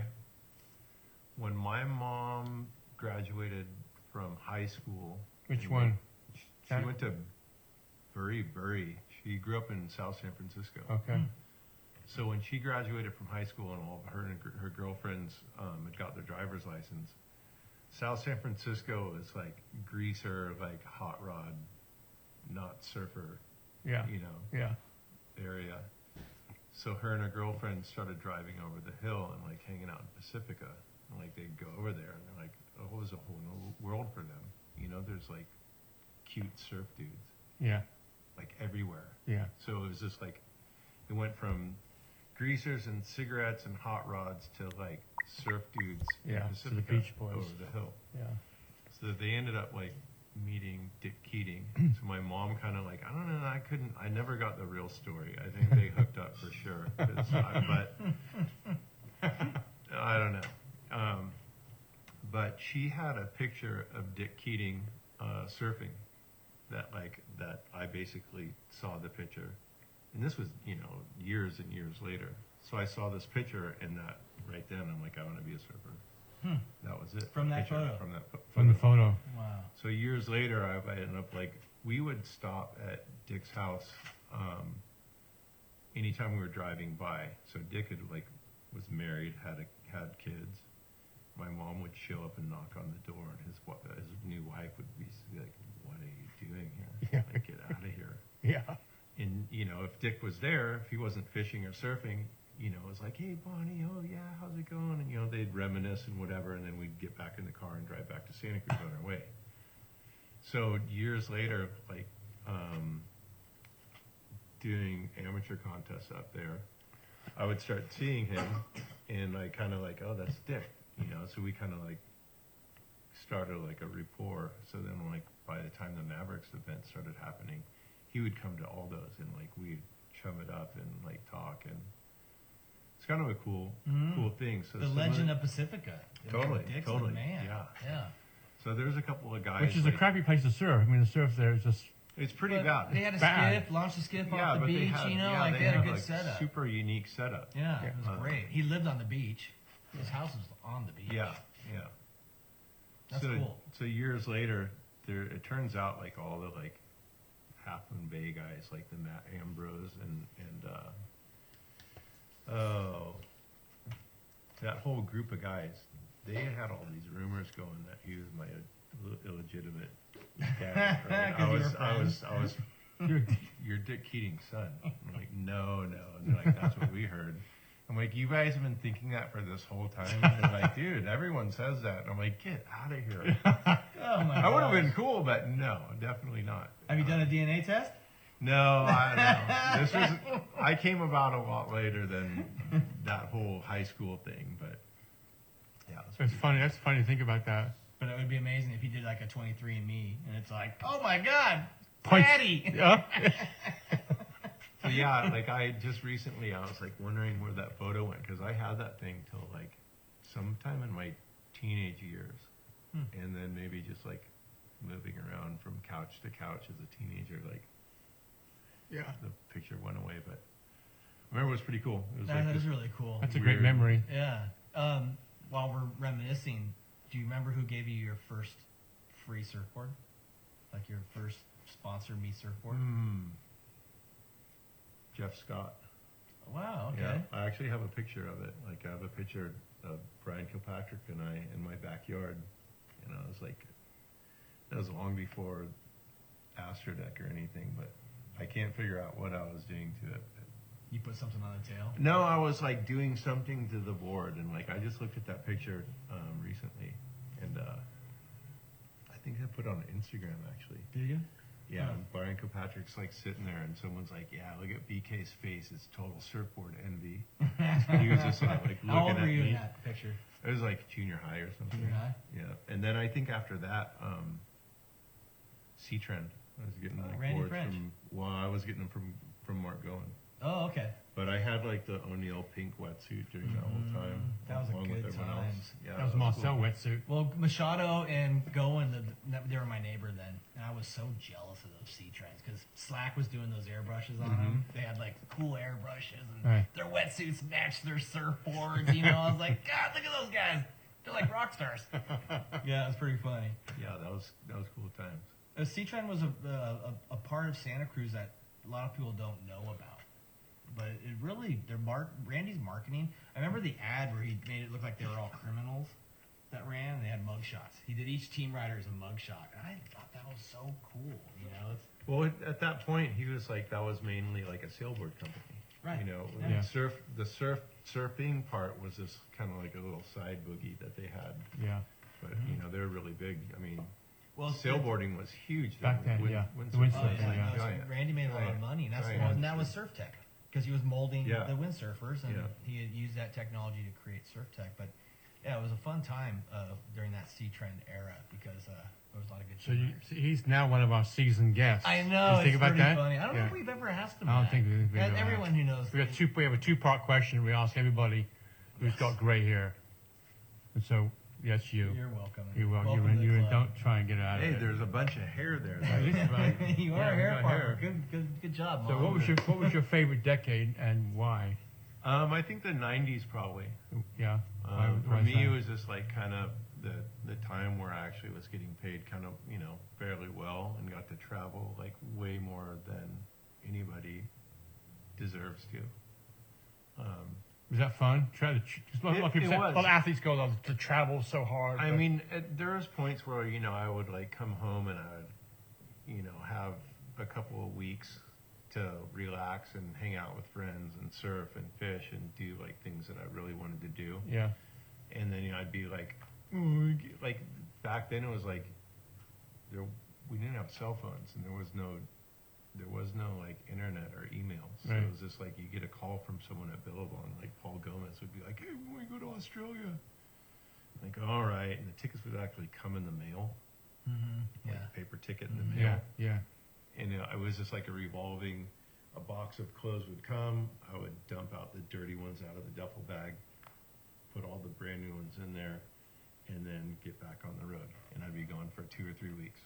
[SPEAKER 3] when my mom graduated from high school.
[SPEAKER 2] Which one?
[SPEAKER 3] She
[SPEAKER 2] Okay.
[SPEAKER 3] went to Bury Bury. She grew up in South San Francisco.
[SPEAKER 2] Okay.
[SPEAKER 3] So when she graduated from high school and all her and her girlfriends um, had got their driver's license, South San Francisco is like greaser, like hot rod, not surfer,
[SPEAKER 2] Yeah.
[SPEAKER 3] you know,
[SPEAKER 2] Yeah.
[SPEAKER 3] area. So her and her girlfriend started driving over the hill and like hanging out in Pacifica. And like they'd go over there and they're like, oh, it was a whole new world for them. You know, there's like cute surf dudes
[SPEAKER 2] Yeah.
[SPEAKER 3] like everywhere.
[SPEAKER 2] Yeah.
[SPEAKER 3] So it was just like it went from greasers and cigarettes and hot rods to like surf dudes
[SPEAKER 2] Yeah,
[SPEAKER 3] in
[SPEAKER 2] to the
[SPEAKER 3] Pacifica
[SPEAKER 2] Beach Boys.
[SPEAKER 3] over the hill.
[SPEAKER 2] Yeah.
[SPEAKER 3] So they ended up like meeting Dick Keating. so my mom kind of like I don't know I couldn't I never got the real story. I think they hooked up for sure. 'Cause I- but I don't know. Um, but she had a picture of Dick Keating uh, surfing that like that I basically saw the picture, and this was you know years and years later. So I saw this picture and that right then I'm like I want to be a surfer. That was it.
[SPEAKER 1] Hmm. From that
[SPEAKER 3] Picture
[SPEAKER 1] photo.
[SPEAKER 3] From that pho-
[SPEAKER 2] From the photo.
[SPEAKER 1] Wow.
[SPEAKER 3] so years later, I, I ended up like we would stop at Dick's house um, anytime we were driving by. So Dick had like was married, had a, had kids. My mom would show up and knock on the door, and his wa- his new wife would be like, "What are you doing here?
[SPEAKER 2] Yeah.
[SPEAKER 3] Like, get out of here!"
[SPEAKER 2] Yeah.
[SPEAKER 3] And you know, if Dick was there, if he wasn't fishing or surfing, you know, it was like, "Hey, Bonnie, oh yeah, how's it going?" And you know, they'd reminisce and whatever, and then we'd get back in the car and drive back to Santa Cruz on our way. So years later, like um, doing amateur contests up there, I would start seeing him, and I kind of like, "Oh, that's Dick," you know. So we kind of like started like a rapport. So then, like by the time the Mavericks event started happening, he would come to all those and like we'd chum it up and like talk and it's kind of a cool
[SPEAKER 1] Mhm.
[SPEAKER 3] cool thing. So
[SPEAKER 1] The
[SPEAKER 3] some
[SPEAKER 1] legend
[SPEAKER 3] other-
[SPEAKER 1] of Pacifica.
[SPEAKER 3] Totally,
[SPEAKER 1] Dick's
[SPEAKER 3] totally,
[SPEAKER 1] the man.
[SPEAKER 3] yeah.
[SPEAKER 1] Yeah.
[SPEAKER 3] so there's a couple of guys
[SPEAKER 2] Which is a
[SPEAKER 3] like-
[SPEAKER 2] crappy place to surf. I mean, the surf there is just.
[SPEAKER 3] It's pretty
[SPEAKER 1] But
[SPEAKER 3] bad.
[SPEAKER 1] They had a
[SPEAKER 2] Bad.
[SPEAKER 1] skiff, launched a skiff
[SPEAKER 3] yeah,
[SPEAKER 1] off the
[SPEAKER 3] but they
[SPEAKER 1] beach.
[SPEAKER 3] had,
[SPEAKER 1] you know,
[SPEAKER 3] yeah,
[SPEAKER 1] like
[SPEAKER 3] they
[SPEAKER 1] they had a
[SPEAKER 3] had,
[SPEAKER 1] good
[SPEAKER 3] like,
[SPEAKER 1] setup.
[SPEAKER 3] Super unique setup.
[SPEAKER 1] Yeah, it
[SPEAKER 2] Yeah.
[SPEAKER 1] was
[SPEAKER 3] Uh,
[SPEAKER 1] great. He lived on the beach. His house was on the beach.
[SPEAKER 3] Yeah, yeah.
[SPEAKER 1] That's
[SPEAKER 3] so,
[SPEAKER 1] cool.
[SPEAKER 3] So years later, there it turns out like all the like Half Moon Bay guys, like the Matt Ambrose and and uh, oh, that whole group of guys, they had all these rumors going that he was my Ill- illegitimate dad. right?
[SPEAKER 1] 'Cause
[SPEAKER 3] I
[SPEAKER 1] you
[SPEAKER 3] was,
[SPEAKER 1] were
[SPEAKER 3] I was, I was, you're, you're Dick Keating's son. I'm like, no, no. And they're like, that's what we heard. I'm like, you guys have been thinking that for this whole time. And they're like, dude, everyone says that. And I'm like, get out of here.
[SPEAKER 1] Oh my
[SPEAKER 3] I would have
[SPEAKER 1] gosh.
[SPEAKER 3] been cool, but no, definitely not.
[SPEAKER 1] Have you done a DNA test?
[SPEAKER 3] No, I don't know. This was I came about a lot later than that whole high school thing, but yeah, it was
[SPEAKER 2] It's funny. That's funny to think about that.
[SPEAKER 1] But it would be amazing if he did like a 23andMe and it's like, oh my God,
[SPEAKER 2] Points-
[SPEAKER 1] Daddy.
[SPEAKER 2] Yeah.
[SPEAKER 3] so yeah, like I just recently I was like wondering where that photo went because I had that thing till like sometime in my teenage years,
[SPEAKER 1] Hmm.
[SPEAKER 3] and then maybe just like moving around from couch to couch as a teenager, like
[SPEAKER 2] Yeah.
[SPEAKER 3] the picture went away. But I remember it was pretty cool. It was
[SPEAKER 1] That
[SPEAKER 3] like
[SPEAKER 1] is
[SPEAKER 3] this,
[SPEAKER 1] really cool.
[SPEAKER 2] That's a great
[SPEAKER 3] Weird.
[SPEAKER 2] memory.
[SPEAKER 1] Yeah. Um, while we're reminiscing, do you remember who gave you your first free surfboard? Like your first sponsor me surfboard?
[SPEAKER 3] Hmm. Jeff Scott.
[SPEAKER 1] Wow. Okay.
[SPEAKER 3] Yeah, I actually have a picture of it. Like I have a picture of Brian Kilpatrick and I in my backyard, and I was like, that was long before Astrodeck or anything, but I can't figure out what I was doing to it.
[SPEAKER 1] You put something on the tail.
[SPEAKER 3] No, I was like doing something to the board, and like I just looked at that picture um, recently, and uh, I think I put it on Instagram actually.
[SPEAKER 1] Did you?
[SPEAKER 3] Yeah,
[SPEAKER 1] Huh.
[SPEAKER 3] and Brian Kilpatrick's like sitting there, and someone's like, "Yeah, look at BK's face. It's total surfboard envy." he was just like, like
[SPEAKER 1] How
[SPEAKER 3] looking
[SPEAKER 1] old
[SPEAKER 3] at
[SPEAKER 1] were you
[SPEAKER 3] me.
[SPEAKER 1] in that picture?
[SPEAKER 3] It was like junior high or something.
[SPEAKER 1] Junior high?
[SPEAKER 3] Yeah, and then I think after that, um, C Trend. I was getting
[SPEAKER 1] Oh,
[SPEAKER 3] like
[SPEAKER 1] Randy
[SPEAKER 3] boards
[SPEAKER 1] French.
[SPEAKER 3] from. Well, I was getting them from from Mark Goen,
[SPEAKER 1] Oh, okay.
[SPEAKER 3] but I had like the O'Neill pink wetsuit during that whole time.
[SPEAKER 1] Mm, that was a
[SPEAKER 3] along with
[SPEAKER 1] good
[SPEAKER 3] everyone
[SPEAKER 1] time.
[SPEAKER 3] Else. Yeah,
[SPEAKER 2] That was
[SPEAKER 3] it
[SPEAKER 2] Marcel
[SPEAKER 3] cool.
[SPEAKER 2] wetsuit.
[SPEAKER 1] Well, Machado and Goen, the, the- they were my neighbor then, and I was so jealous of those sea trends because Slack was doing those airbrushes on them. They had like cool airbrushes, and
[SPEAKER 2] Right.
[SPEAKER 1] their wetsuits matched their surfboards. You know, I was like, God, look at those guys.
[SPEAKER 6] You're like rock stars.
[SPEAKER 1] Yeah, that's pretty funny.
[SPEAKER 3] Yeah, that was that was cool times.
[SPEAKER 1] Uh, C-Tran was a, a, a part of Santa Cruz that a lot of people don't know about. But it really, their mark, Randy's marketing. I remember the ad where he made it look like they were all criminals that ran and they had mugshots. He did each team rider as a mugshot. And I thought that was so cool, you know? It's,
[SPEAKER 3] Well, at- at that point, he was like that was mainly like a sailboard company.
[SPEAKER 1] Right.
[SPEAKER 3] You know,
[SPEAKER 1] Yeah.
[SPEAKER 2] Yeah.
[SPEAKER 3] surf the surf surfing part was just kind of like a little side boogie that they had,
[SPEAKER 2] Yeah.
[SPEAKER 3] but you
[SPEAKER 1] Mm-hmm.
[SPEAKER 3] know they're really big. I mean,
[SPEAKER 1] well,
[SPEAKER 3] sailboarding was huge
[SPEAKER 2] Back then,
[SPEAKER 3] Wind-
[SPEAKER 2] yeah.
[SPEAKER 3] windsurfing
[SPEAKER 2] The
[SPEAKER 3] was
[SPEAKER 1] Oh,
[SPEAKER 2] windsurfing,
[SPEAKER 3] like
[SPEAKER 1] yeah, no, so
[SPEAKER 3] giant.
[SPEAKER 1] Randy made a lot of
[SPEAKER 3] Giant.
[SPEAKER 1] money, and that's
[SPEAKER 3] Giant.
[SPEAKER 1] well, and that was Surf Tech because he was molding
[SPEAKER 3] Yeah.
[SPEAKER 1] the windsurfers, and
[SPEAKER 3] Yeah.
[SPEAKER 1] he had used that technology to create Surf Tech. But yeah, it was a fun time uh, during that sea trend era because uh, there was a lot of good.
[SPEAKER 2] So you,
[SPEAKER 1] riders.
[SPEAKER 2] so he's now one of our seasoned guests.
[SPEAKER 1] I
[SPEAKER 2] You
[SPEAKER 1] know.
[SPEAKER 2] think
[SPEAKER 1] it's
[SPEAKER 2] about
[SPEAKER 1] pretty
[SPEAKER 2] that?
[SPEAKER 1] funny. I don't know
[SPEAKER 2] Yeah.
[SPEAKER 1] if we've ever asked him.
[SPEAKER 2] I don't
[SPEAKER 1] that.
[SPEAKER 2] think we've ever
[SPEAKER 1] And everyone who knows.
[SPEAKER 2] We got two. We have a two-part question. We ask everybody who's got grey hair, and so that's you.
[SPEAKER 1] You're welcome.
[SPEAKER 2] You're well.
[SPEAKER 1] welcome
[SPEAKER 2] You're in.
[SPEAKER 1] to the
[SPEAKER 2] You're in.
[SPEAKER 1] club.
[SPEAKER 2] Don't try and get out
[SPEAKER 3] Hey,
[SPEAKER 2] of it.
[SPEAKER 3] there's a bunch of hair there.
[SPEAKER 2] This is right.
[SPEAKER 1] you are
[SPEAKER 2] Yeah,
[SPEAKER 1] a
[SPEAKER 2] we
[SPEAKER 1] hair
[SPEAKER 2] got
[SPEAKER 1] farmer. Good, good, good job.
[SPEAKER 2] So
[SPEAKER 1] Mom.
[SPEAKER 2] what was your what was your favorite decade and why?
[SPEAKER 3] um, I think the '90s probably.
[SPEAKER 2] Yeah. why-
[SPEAKER 3] Um, for
[SPEAKER 2] why is
[SPEAKER 3] me,
[SPEAKER 2] that?
[SPEAKER 3] it was just like kind of the the time where I actually was getting paid kind of you know fairly well and got to travel like way more than anybody deserves to. Um,
[SPEAKER 2] was that fun. Try to. ch- 'cause A lot
[SPEAKER 3] It-
[SPEAKER 2] of people
[SPEAKER 3] it
[SPEAKER 2] say- a
[SPEAKER 3] was.
[SPEAKER 2] lot of athletes go "Oh, to travel so hard.
[SPEAKER 3] I
[SPEAKER 2] but-
[SPEAKER 3] mean, at, there was points where you know I would like come home and I would, you know, have a couple of weeks to relax and hang out with friends and surf and fish and do like things that I really wanted to do.
[SPEAKER 2] Yeah.
[SPEAKER 3] and then you know, I'd be like, "Ooh," like back then it was like there we didn't have cell phones and there was no there was no like internet or emails. So
[SPEAKER 2] Right.
[SPEAKER 3] it was just like you get a call from someone at Billabong, like Paul Gomez would be like, "Hey, when we go to Australia." Like, all right, and the tickets would actually come in the mail,
[SPEAKER 1] Mhm, Yeah.
[SPEAKER 3] like paper ticket in the mail.
[SPEAKER 2] Mm-hmm. Yeah. Yeah.
[SPEAKER 3] And uh, it was just like a revolving. A box of clothes would come. I would dump out the dirty ones out of the duffel bag, put all the brand new ones in there, and then get back on the road. And I'd be gone for two or three weeks.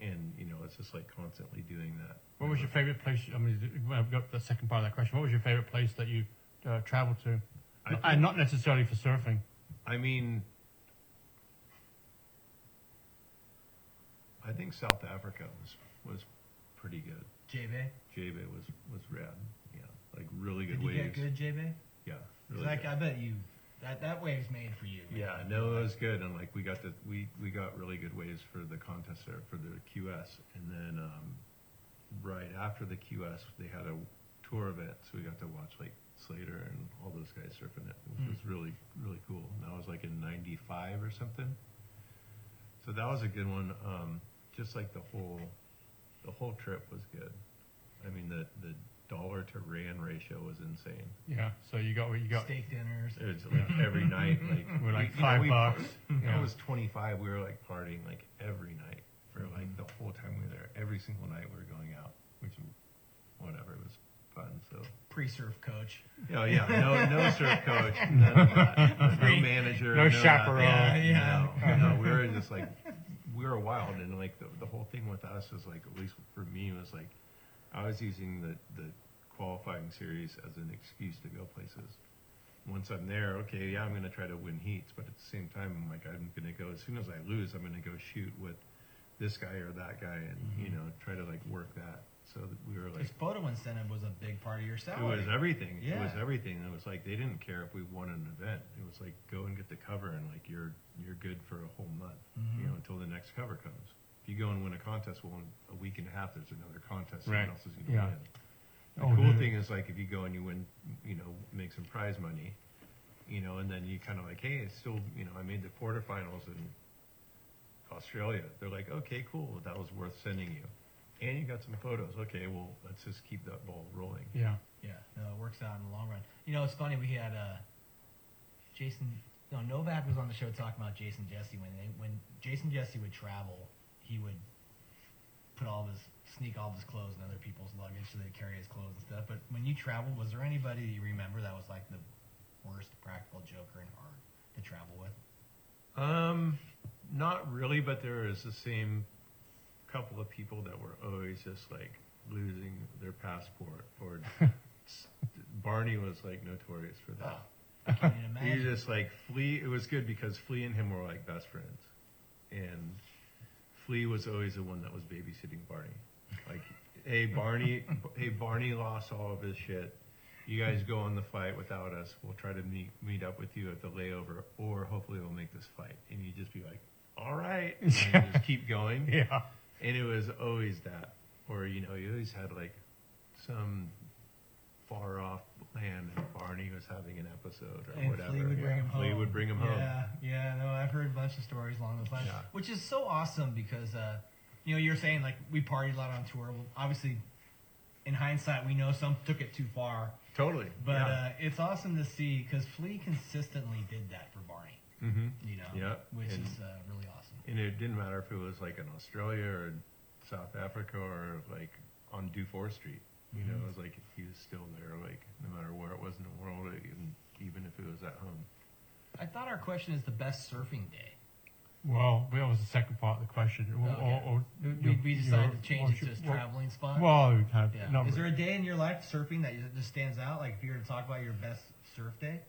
[SPEAKER 3] And you know, it's just like constantly doing that.
[SPEAKER 2] What was your favorite place? I mean, I've got the second part of that question. What was your favorite place that you uh, traveled to?
[SPEAKER 3] I think-
[SPEAKER 2] and not necessarily for surfing.
[SPEAKER 3] I mean, I think South Africa was was pretty good.
[SPEAKER 1] J-Bay.
[SPEAKER 3] Jabe was was rad. Yeah, like really good
[SPEAKER 1] Did you
[SPEAKER 3] waves.
[SPEAKER 1] get good J-Bay?
[SPEAKER 3] Yeah, really
[SPEAKER 1] 'Cause I,
[SPEAKER 3] good.
[SPEAKER 1] I bet you that that wave's made for you. man.
[SPEAKER 3] Yeah, no, it was good, and like we got the we we got really good waves for the contest there for the QS, and then um, right after the QS they had a tour event, so we got to watch like Slater and all those guys surfing it, which
[SPEAKER 2] Hmm.
[SPEAKER 3] was really really cool. And that was like in '95 or something. So that was a good one. Um, just like the whole the whole trip was good. I mean the the dollar to rand ratio was insane.
[SPEAKER 2] Yeah. So you got what you got.
[SPEAKER 1] Steak dinners.
[SPEAKER 3] It was like every night, like
[SPEAKER 2] We're like
[SPEAKER 3] we- you know,
[SPEAKER 2] five
[SPEAKER 3] we-
[SPEAKER 2] bucks.
[SPEAKER 3] I
[SPEAKER 2] Yeah.
[SPEAKER 3] was 25. We were like partying like every night for like the whole time we were there. Every single night we were going out, which whatever it was fun. So
[SPEAKER 1] pre-surf coach.
[SPEAKER 3] yeah, Oh, yeah, no, no surf coach, none of that. no manager,
[SPEAKER 2] No
[SPEAKER 3] nothing.
[SPEAKER 2] chaperone.
[SPEAKER 1] Yeah, yeah.
[SPEAKER 3] No, no, we were just like we were wild, and like the, the whole thing with us was like at least for me was like I was using the the qualifying series as an excuse to go places. Once I'm there, okay, yeah, I'm gonna try to win heats, but at the same time, I'm like I'm gonna go as soon as I lose, I'm gonna go shoot with this guy or that guy, and you know try to like work that. So that we were like
[SPEAKER 1] This photo incentive was a big part of your
[SPEAKER 3] it
[SPEAKER 1] salary.
[SPEAKER 3] was everything. It was
[SPEAKER 1] Yeah.
[SPEAKER 3] everything. It was like they didn't care if we won an event. It was like go and get the cover and like you're you're good for a whole month.
[SPEAKER 1] Mm-hmm.
[SPEAKER 3] You know,
[SPEAKER 2] Mm-hmm.
[SPEAKER 3] until the next cover comes. If you go and win a contest, well, in a week and a half there's another contest. Someone
[SPEAKER 2] Right.
[SPEAKER 3] else is going to
[SPEAKER 2] Yeah.
[SPEAKER 3] win. The
[SPEAKER 2] Oh,
[SPEAKER 3] cool
[SPEAKER 2] dude.
[SPEAKER 3] thing is like if you go and you win, you know, make some prize money, you know, and then you kind of like, hey, it's still, you know, I made the quarterfinals in Australia. They're like, okay, cool, that was worth sending you, and you got some photos. Okay, well, let's just keep that ball rolling.
[SPEAKER 2] Yeah.
[SPEAKER 1] Yeah, no, it works out in the long run. You know, it's funny. We had uh, Jason. No, Novak was on the show talking about Jason Jesse when they when Jason Jesse would travel, he would put all of his sneak all of his clothes in other people's luggage so they'd carry his clothes and stuff. But when you traveled, was there anybody that you remember that was like the worst practical joker and hard to travel with?
[SPEAKER 3] Um, not really, but there is the same couple of people that were always just like losing their passport. Or Barney was like notorious for that.
[SPEAKER 1] I can't even
[SPEAKER 3] Ah. You
[SPEAKER 1] imagine.
[SPEAKER 3] just like Flea. It was good because Flea and him were like best friends, and Flea was always the one that was babysitting Barney. Like, hey Barney, hey Barney lost all of his shit. You guys go on the fight without us. We'll try to meet meet up with you at the layover, or hopefully we'll make this fight. And you just be like, all right, and you just keep going.
[SPEAKER 2] Yeah.
[SPEAKER 3] And it was always that, or you know, you always had like some far off land, and Barney was having an episode or
[SPEAKER 1] And
[SPEAKER 3] whatever.
[SPEAKER 1] Flea would bring
[SPEAKER 3] Yeah,
[SPEAKER 1] him home.
[SPEAKER 3] Flea would bring him home.
[SPEAKER 1] Yeah, yeah. No, I've heard a bunch of stories along those lines,
[SPEAKER 3] Yeah.
[SPEAKER 1] which is so awesome because, uh, you know, you're saying like we partied a lot on tour. Well, obviously, in hindsight, we know some took it too far,
[SPEAKER 3] Totally.
[SPEAKER 1] but
[SPEAKER 3] yeah.
[SPEAKER 1] uh, it's awesome to see because Flea consistently did that for Barney.
[SPEAKER 3] hmm
[SPEAKER 1] You know,
[SPEAKER 3] Yeah,
[SPEAKER 1] which
[SPEAKER 3] and-
[SPEAKER 1] is uh, really awesome.
[SPEAKER 3] and it didn't matter if it was like in Australia or South Africa or like on Dufour Street. You
[SPEAKER 1] Mm-hmm.
[SPEAKER 3] know, it was like he was still there, like no matter where it was in the world, even, even if it was at home.
[SPEAKER 1] I thought our question is the best surfing day.
[SPEAKER 2] Well, that was the second part of the question. Or-
[SPEAKER 1] Okay.
[SPEAKER 2] or- or-
[SPEAKER 1] We, we
[SPEAKER 2] you-
[SPEAKER 1] decided
[SPEAKER 2] you-
[SPEAKER 1] to change it
[SPEAKER 2] or-
[SPEAKER 1] to a
[SPEAKER 2] or-
[SPEAKER 1] traveling spot.
[SPEAKER 2] Well, we have
[SPEAKER 1] yeah.
[SPEAKER 2] number-
[SPEAKER 1] Is there a day in your life surfing that you- just stands out? Like if you were to talk about your best surf day,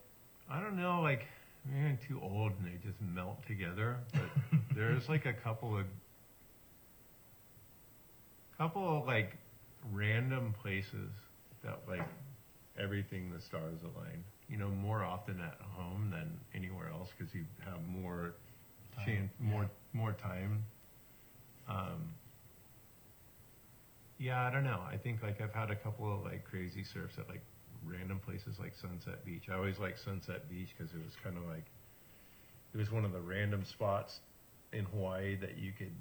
[SPEAKER 3] I don't know, like maybe I'm too old and they just melt together. But there's like a couple of couple of like random places that like everything the stars align. You know, more often at home than anywhere else because you have more chan- more more time. Um, yeah, I don't know. I think like I've had a couple of like crazy surfs at like random places like Sunset Beach. I always liked Sunset Beach because it was kind of like it was one of the random spots in Hawaii that you could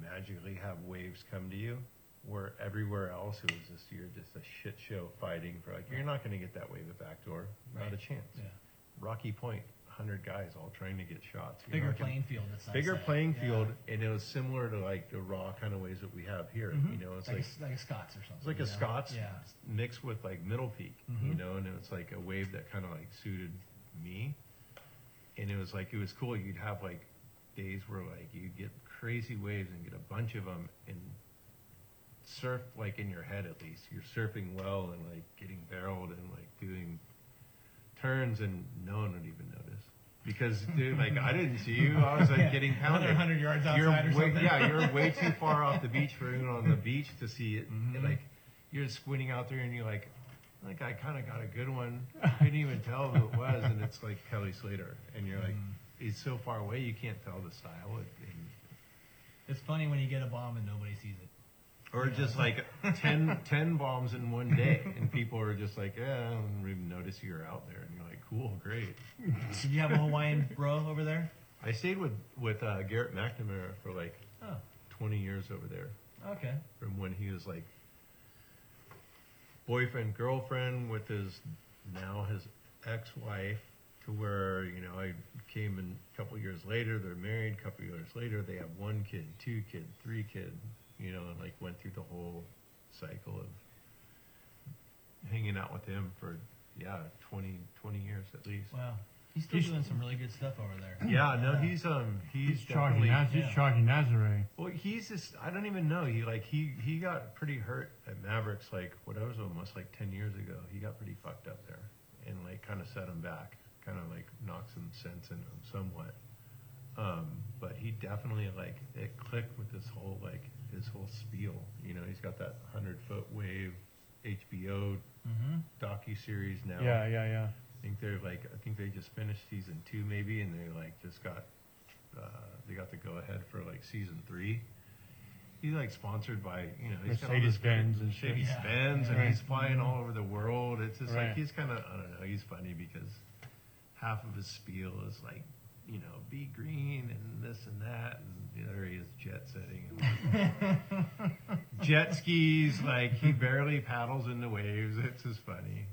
[SPEAKER 3] magically have waves come to you. Where everywhere else it was just you're just a shit show fighting for like you're not going to get that wave at backdoor, not a
[SPEAKER 1] Right.
[SPEAKER 3] chance.
[SPEAKER 1] Yeah.
[SPEAKER 3] Rocky Point, hundred guys all trying to get shots. You're
[SPEAKER 1] bigger
[SPEAKER 3] not gonna-
[SPEAKER 1] playing field. It's
[SPEAKER 3] bigger playing field, and it was similar to like the raw kind of waves that we have here. You know, it's
[SPEAKER 1] Mm-hmm. like, a,
[SPEAKER 3] like,
[SPEAKER 1] like a Scots or something.
[SPEAKER 3] it's like
[SPEAKER 1] you
[SPEAKER 3] a
[SPEAKER 1] know?
[SPEAKER 3] Scots
[SPEAKER 1] Yeah.
[SPEAKER 3] mixed with like Middle Peak, you know, and it's like a wave that kind of like suited me, and it was like it was cool. You'd have like days where like you get crazy waves and get a bunch of them and surf like in your head at least. You're surfing well and like getting barreled and like doing turns and no one would even notice. Because dude, like I didn't see you, I was like getting pounded.
[SPEAKER 1] Another hundred yards outside
[SPEAKER 3] You're
[SPEAKER 1] or
[SPEAKER 3] way-
[SPEAKER 1] something.
[SPEAKER 3] Yeah, you're way too far off the beach for even on the beach to see it.
[SPEAKER 1] Mm-hmm.
[SPEAKER 3] And, like you're squinting out there and you're like, I think I kind of got a good one. I didn't even tell who it was, and it's like Kelly Slater, and you're like,
[SPEAKER 1] Mm.
[SPEAKER 3] it's so far away you can't tell the style. And, and-
[SPEAKER 1] It's funny when you get a bomb and nobody sees it.
[SPEAKER 3] or just like 10, 10 bombs in one day, and people are just like, yeah, I don't even notice you're out there, and you're like, cool, great.
[SPEAKER 1] Did you have a Hawaiian bro over there?
[SPEAKER 3] I stayed with with uh, Garrett McNamara for like
[SPEAKER 1] Oh,
[SPEAKER 3] 20 years over there,
[SPEAKER 1] okay.
[SPEAKER 3] from when he was like boyfriend girlfriend with his now his ex wife, to where you know I came in a couple years later. They're married. A couple years later, they have one kid, two kid, three kid. You know, and like went through the whole cycle of hanging out with him for yeah 20 20 years at least.
[SPEAKER 1] Wow. He's still
[SPEAKER 2] He's-
[SPEAKER 1] doing some really good stuff over there.
[SPEAKER 3] Yeah, no, he's um he's,
[SPEAKER 2] He's charging,
[SPEAKER 3] definitely-
[SPEAKER 2] Naz- he's
[SPEAKER 1] yeah.
[SPEAKER 2] charging Nazare.
[SPEAKER 3] Well, he's just I don't even know. He like he he got pretty hurt at Mavericks like what I was almost like 10 years ago. He got pretty fucked up there and like kind of set him back. Kind of like knocked some sense into him somewhat. Um, but he definitely like it clicked with this whole like his whole spiel. You know, he's got that 100-foot wave HBO
[SPEAKER 1] Mm-hmm.
[SPEAKER 3] docu series now.
[SPEAKER 2] Yeah, yeah, yeah.
[SPEAKER 3] I think they're like I think they just finished season two maybe, and they like just got uh, they got the go ahead for like season three. He's like sponsored by you know he's got all this
[SPEAKER 2] Mercedes-Benz and shit.
[SPEAKER 3] Mercedes
[SPEAKER 1] Yeah.
[SPEAKER 3] Benz, and
[SPEAKER 2] Right.
[SPEAKER 3] he's flying all over the world. It's just
[SPEAKER 2] Right.
[SPEAKER 3] like he's kind of I don't know. He's funny because half of his spiel is like you know be green and this and that, and the other he is jet setting. And jet skis. Like he barely paddles in the waves. It's just funny.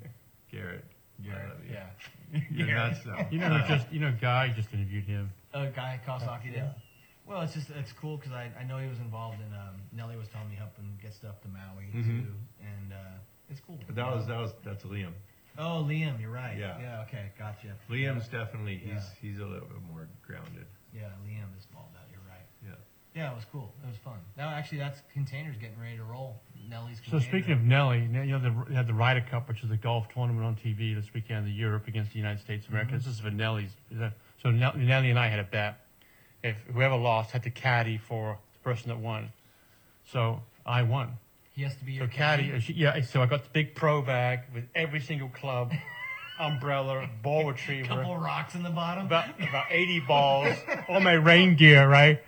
[SPEAKER 3] Garrett. I
[SPEAKER 1] Garrett,
[SPEAKER 3] love you.
[SPEAKER 1] yeah.
[SPEAKER 3] You're
[SPEAKER 1] Garrett.
[SPEAKER 3] nuts though.
[SPEAKER 2] You know,
[SPEAKER 3] Uh,
[SPEAKER 2] who just you know, Guy just interviewed him.
[SPEAKER 1] A guy Kawasaki did.
[SPEAKER 2] Yeah.
[SPEAKER 1] Well, it's just it's cool because I, I know he was involved in um, Nelly was telling me helping get stuff to Maui
[SPEAKER 3] Mhm.
[SPEAKER 1] too, and uh, it's cool.
[SPEAKER 3] That was that was that's Liam.
[SPEAKER 1] oh Liam, you're right.
[SPEAKER 3] Yeah.
[SPEAKER 1] yeah, okay, gotcha.
[SPEAKER 3] Liam's definitely he's
[SPEAKER 1] Yeah.
[SPEAKER 3] he's a little bit more grounded.
[SPEAKER 1] yeah, Liam is balled out. You're right.
[SPEAKER 3] Yeah.
[SPEAKER 1] Yeah, it was cool. It was fun. Now, actually, that's containers getting ready to roll. Nelly's.
[SPEAKER 2] So
[SPEAKER 1] Container.
[SPEAKER 2] speaking of Nelly, you know the, they had the Ryder Cup, which is a golf tournament on TV this weekend. The Europe against the United States of
[SPEAKER 1] Mm-hmm.
[SPEAKER 2] America. This is for Nelly's. So Nel- Nelly and I had a bet. If whoever lost had to caddy for the person that won, so I won.
[SPEAKER 1] he has to be your
[SPEAKER 2] So caddy, uh, she- yeah. So I got the big pro bag with every single club, umbrella, ball retriever,
[SPEAKER 1] Couple rocks in the bottom.
[SPEAKER 2] about about 80 balls, all my rain gear, right?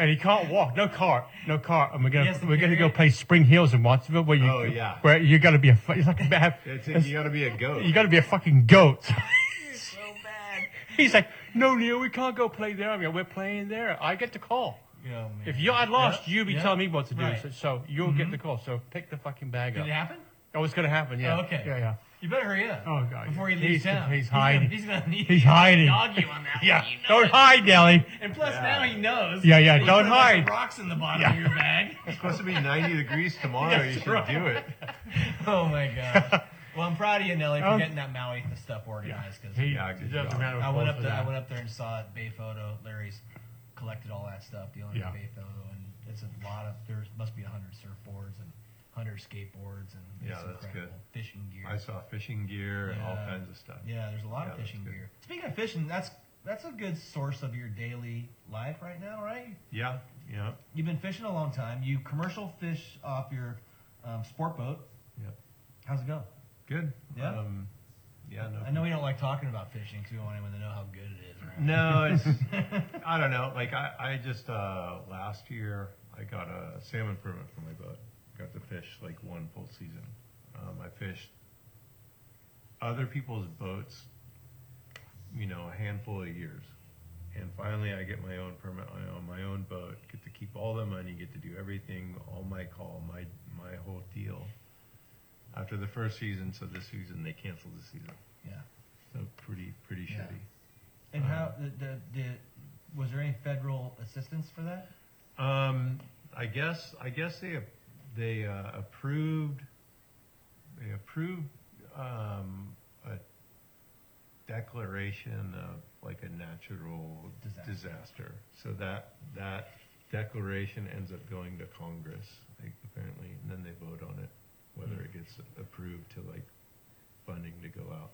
[SPEAKER 2] And he can't walk, no cart, no cart. And we're gonna
[SPEAKER 1] Yes,
[SPEAKER 2] we're gonna go
[SPEAKER 1] period.
[SPEAKER 2] play Spring Hills in Watsonville, where you
[SPEAKER 3] Oh, yeah.
[SPEAKER 2] where you gotta be a fu- it's like a bad-
[SPEAKER 3] It's, you gotta be a goat.
[SPEAKER 2] you gotta be a fucking goat.
[SPEAKER 1] so bad.
[SPEAKER 2] He's like, no, Neil, we can't go play there. I mean, we're playing there. I get the call.
[SPEAKER 1] Yeah, man.
[SPEAKER 2] If you I lost,
[SPEAKER 1] Yeah,
[SPEAKER 2] you be
[SPEAKER 1] yeah,
[SPEAKER 2] telling me what to do.
[SPEAKER 1] right. Mm-hmm.
[SPEAKER 2] So, so you'll get the call. So pick the fucking bag
[SPEAKER 1] Did
[SPEAKER 2] up.
[SPEAKER 1] it happen?
[SPEAKER 2] Oh, it's gonna happen. Yeah.
[SPEAKER 1] Oh, okay.
[SPEAKER 2] Yeah, yeah.
[SPEAKER 1] You better hurry up.
[SPEAKER 2] Oh, God,
[SPEAKER 1] Before he
[SPEAKER 2] yeah.
[SPEAKER 1] leaves
[SPEAKER 2] He's-
[SPEAKER 1] town.
[SPEAKER 2] he's
[SPEAKER 1] gonna-
[SPEAKER 2] hiding.
[SPEAKER 1] He's gonna need.
[SPEAKER 2] He's hiding.
[SPEAKER 1] Dog you on that.
[SPEAKER 2] Yeah.
[SPEAKER 1] one, you know
[SPEAKER 2] Don't
[SPEAKER 1] it.
[SPEAKER 2] hide, Nelly.
[SPEAKER 1] And plus,
[SPEAKER 3] Yeah.
[SPEAKER 1] now he knows.
[SPEAKER 2] Yeah, yeah,
[SPEAKER 1] that you
[SPEAKER 2] don't
[SPEAKER 1] put a bunch of
[SPEAKER 2] hide.
[SPEAKER 1] Rocks in the bottom
[SPEAKER 2] Yeah.
[SPEAKER 1] of your bag.
[SPEAKER 3] It's supposed to be 90 degrees tomorrow.
[SPEAKER 2] Yes,
[SPEAKER 3] you should
[SPEAKER 2] right.
[SPEAKER 3] do it.
[SPEAKER 1] Oh my gosh. Well, I'm proud of you, Nelly, for
[SPEAKER 2] Um,
[SPEAKER 1] getting that Maui stuff organized. Because
[SPEAKER 2] He
[SPEAKER 3] Yeah, good
[SPEAKER 2] deserves a
[SPEAKER 3] job.
[SPEAKER 2] round of
[SPEAKER 1] I
[SPEAKER 2] applause
[SPEAKER 1] went up
[SPEAKER 2] for
[SPEAKER 1] there. I
[SPEAKER 2] that.
[SPEAKER 1] went up there and saw it. Bay Photo, Larry's collected all that stuff. The owner
[SPEAKER 2] Yeah.
[SPEAKER 1] of Bay Photo, and it's a lot of. There must be hundred surfboards and hundred skateboards and
[SPEAKER 3] Yeah,
[SPEAKER 1] it's
[SPEAKER 3] that's
[SPEAKER 1] incredible. Fishing gear.
[SPEAKER 3] I saw fishing gear and all
[SPEAKER 1] Yeah.
[SPEAKER 3] kinds of stuff.
[SPEAKER 1] Yeah, there's a lot
[SPEAKER 3] Yeah,
[SPEAKER 1] of
[SPEAKER 3] that's
[SPEAKER 1] fishing
[SPEAKER 3] good.
[SPEAKER 1] gear. Speaking of fishing, that's that's a good source of your daily life right now, right?
[SPEAKER 3] Yeah, yeah,
[SPEAKER 1] You've been fishing a long time. You commercial fish off your um, sport boat.
[SPEAKER 3] yeah.
[SPEAKER 1] How's it go?
[SPEAKER 3] Good.
[SPEAKER 1] Yeah?
[SPEAKER 3] Um, yeah. No.
[SPEAKER 1] I know we don't like talking about fishing because we want everyone to know how good it is, right?
[SPEAKER 3] No, it's. I don't know. Like I, I just uh, last year I got a salmon permit for my boat. Got to fish like one full season. Um, I fished other people's boats, you know, a handful of years, and finally I get my own permit on, on my own boat. Get to keep all the money. Get to do everything. All my call. My my whole deal. After the first season, so this season they canceled the season.
[SPEAKER 1] Yeah.
[SPEAKER 3] So pretty pretty
[SPEAKER 1] Yeah.
[SPEAKER 3] shitty.
[SPEAKER 1] And how the, the, the was there any federal assistance for that?
[SPEAKER 3] Um, I guess I guess they they uh, approved they approved um, a declaration of like a natural
[SPEAKER 1] Disaster.
[SPEAKER 3] disaster. So that that declaration ends up going to Congress like, apparently, and then they vote on it whether it gets approved to like funding to go out.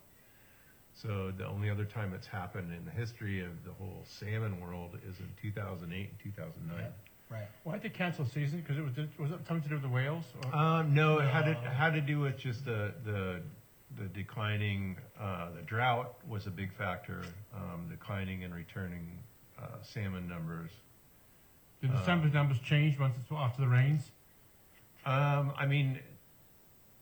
[SPEAKER 3] So the only other time it's happened in the history of the whole salmon world is in 2008 and 2009.
[SPEAKER 1] Right.
[SPEAKER 2] Why did they cancel season? Because it was was it something to do with the whales? Or?
[SPEAKER 3] Um, no, it had it
[SPEAKER 1] No.
[SPEAKER 3] had to do with just the the the declining uh, the drought was a big factor, um, declining and returning uh, salmon numbers.
[SPEAKER 2] did the December numbers change once it's after the rains?
[SPEAKER 3] Um, I mean,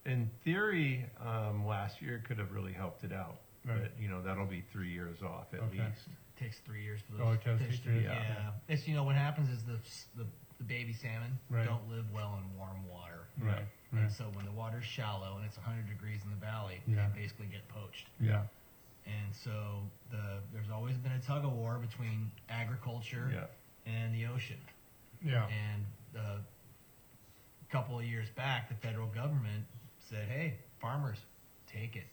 [SPEAKER 3] in theory, um, last year could have really helped it out,
[SPEAKER 2] Right.
[SPEAKER 3] but you know that'll be three years off at
[SPEAKER 2] Okay.
[SPEAKER 3] least.
[SPEAKER 1] takes three years for those
[SPEAKER 2] Oh, it does
[SPEAKER 1] fish
[SPEAKER 2] take
[SPEAKER 1] to
[SPEAKER 2] three
[SPEAKER 1] be-
[SPEAKER 3] years,
[SPEAKER 1] Yeah. It's you know what happens is the s- the, the baby salmon
[SPEAKER 2] Right.
[SPEAKER 1] don't live well in warm water.
[SPEAKER 3] Right.
[SPEAKER 2] Right.
[SPEAKER 1] And so when the water's shallow and it's 100 degrees in the valley,
[SPEAKER 2] Yeah.
[SPEAKER 1] they basically get poached.
[SPEAKER 2] Yeah.
[SPEAKER 1] And so the there's always been a tug of war between agriculture
[SPEAKER 3] Yeah.
[SPEAKER 1] and the ocean.
[SPEAKER 2] Yeah.
[SPEAKER 1] And uh, a couple of years back, the federal government said, "Hey, farmers, take it."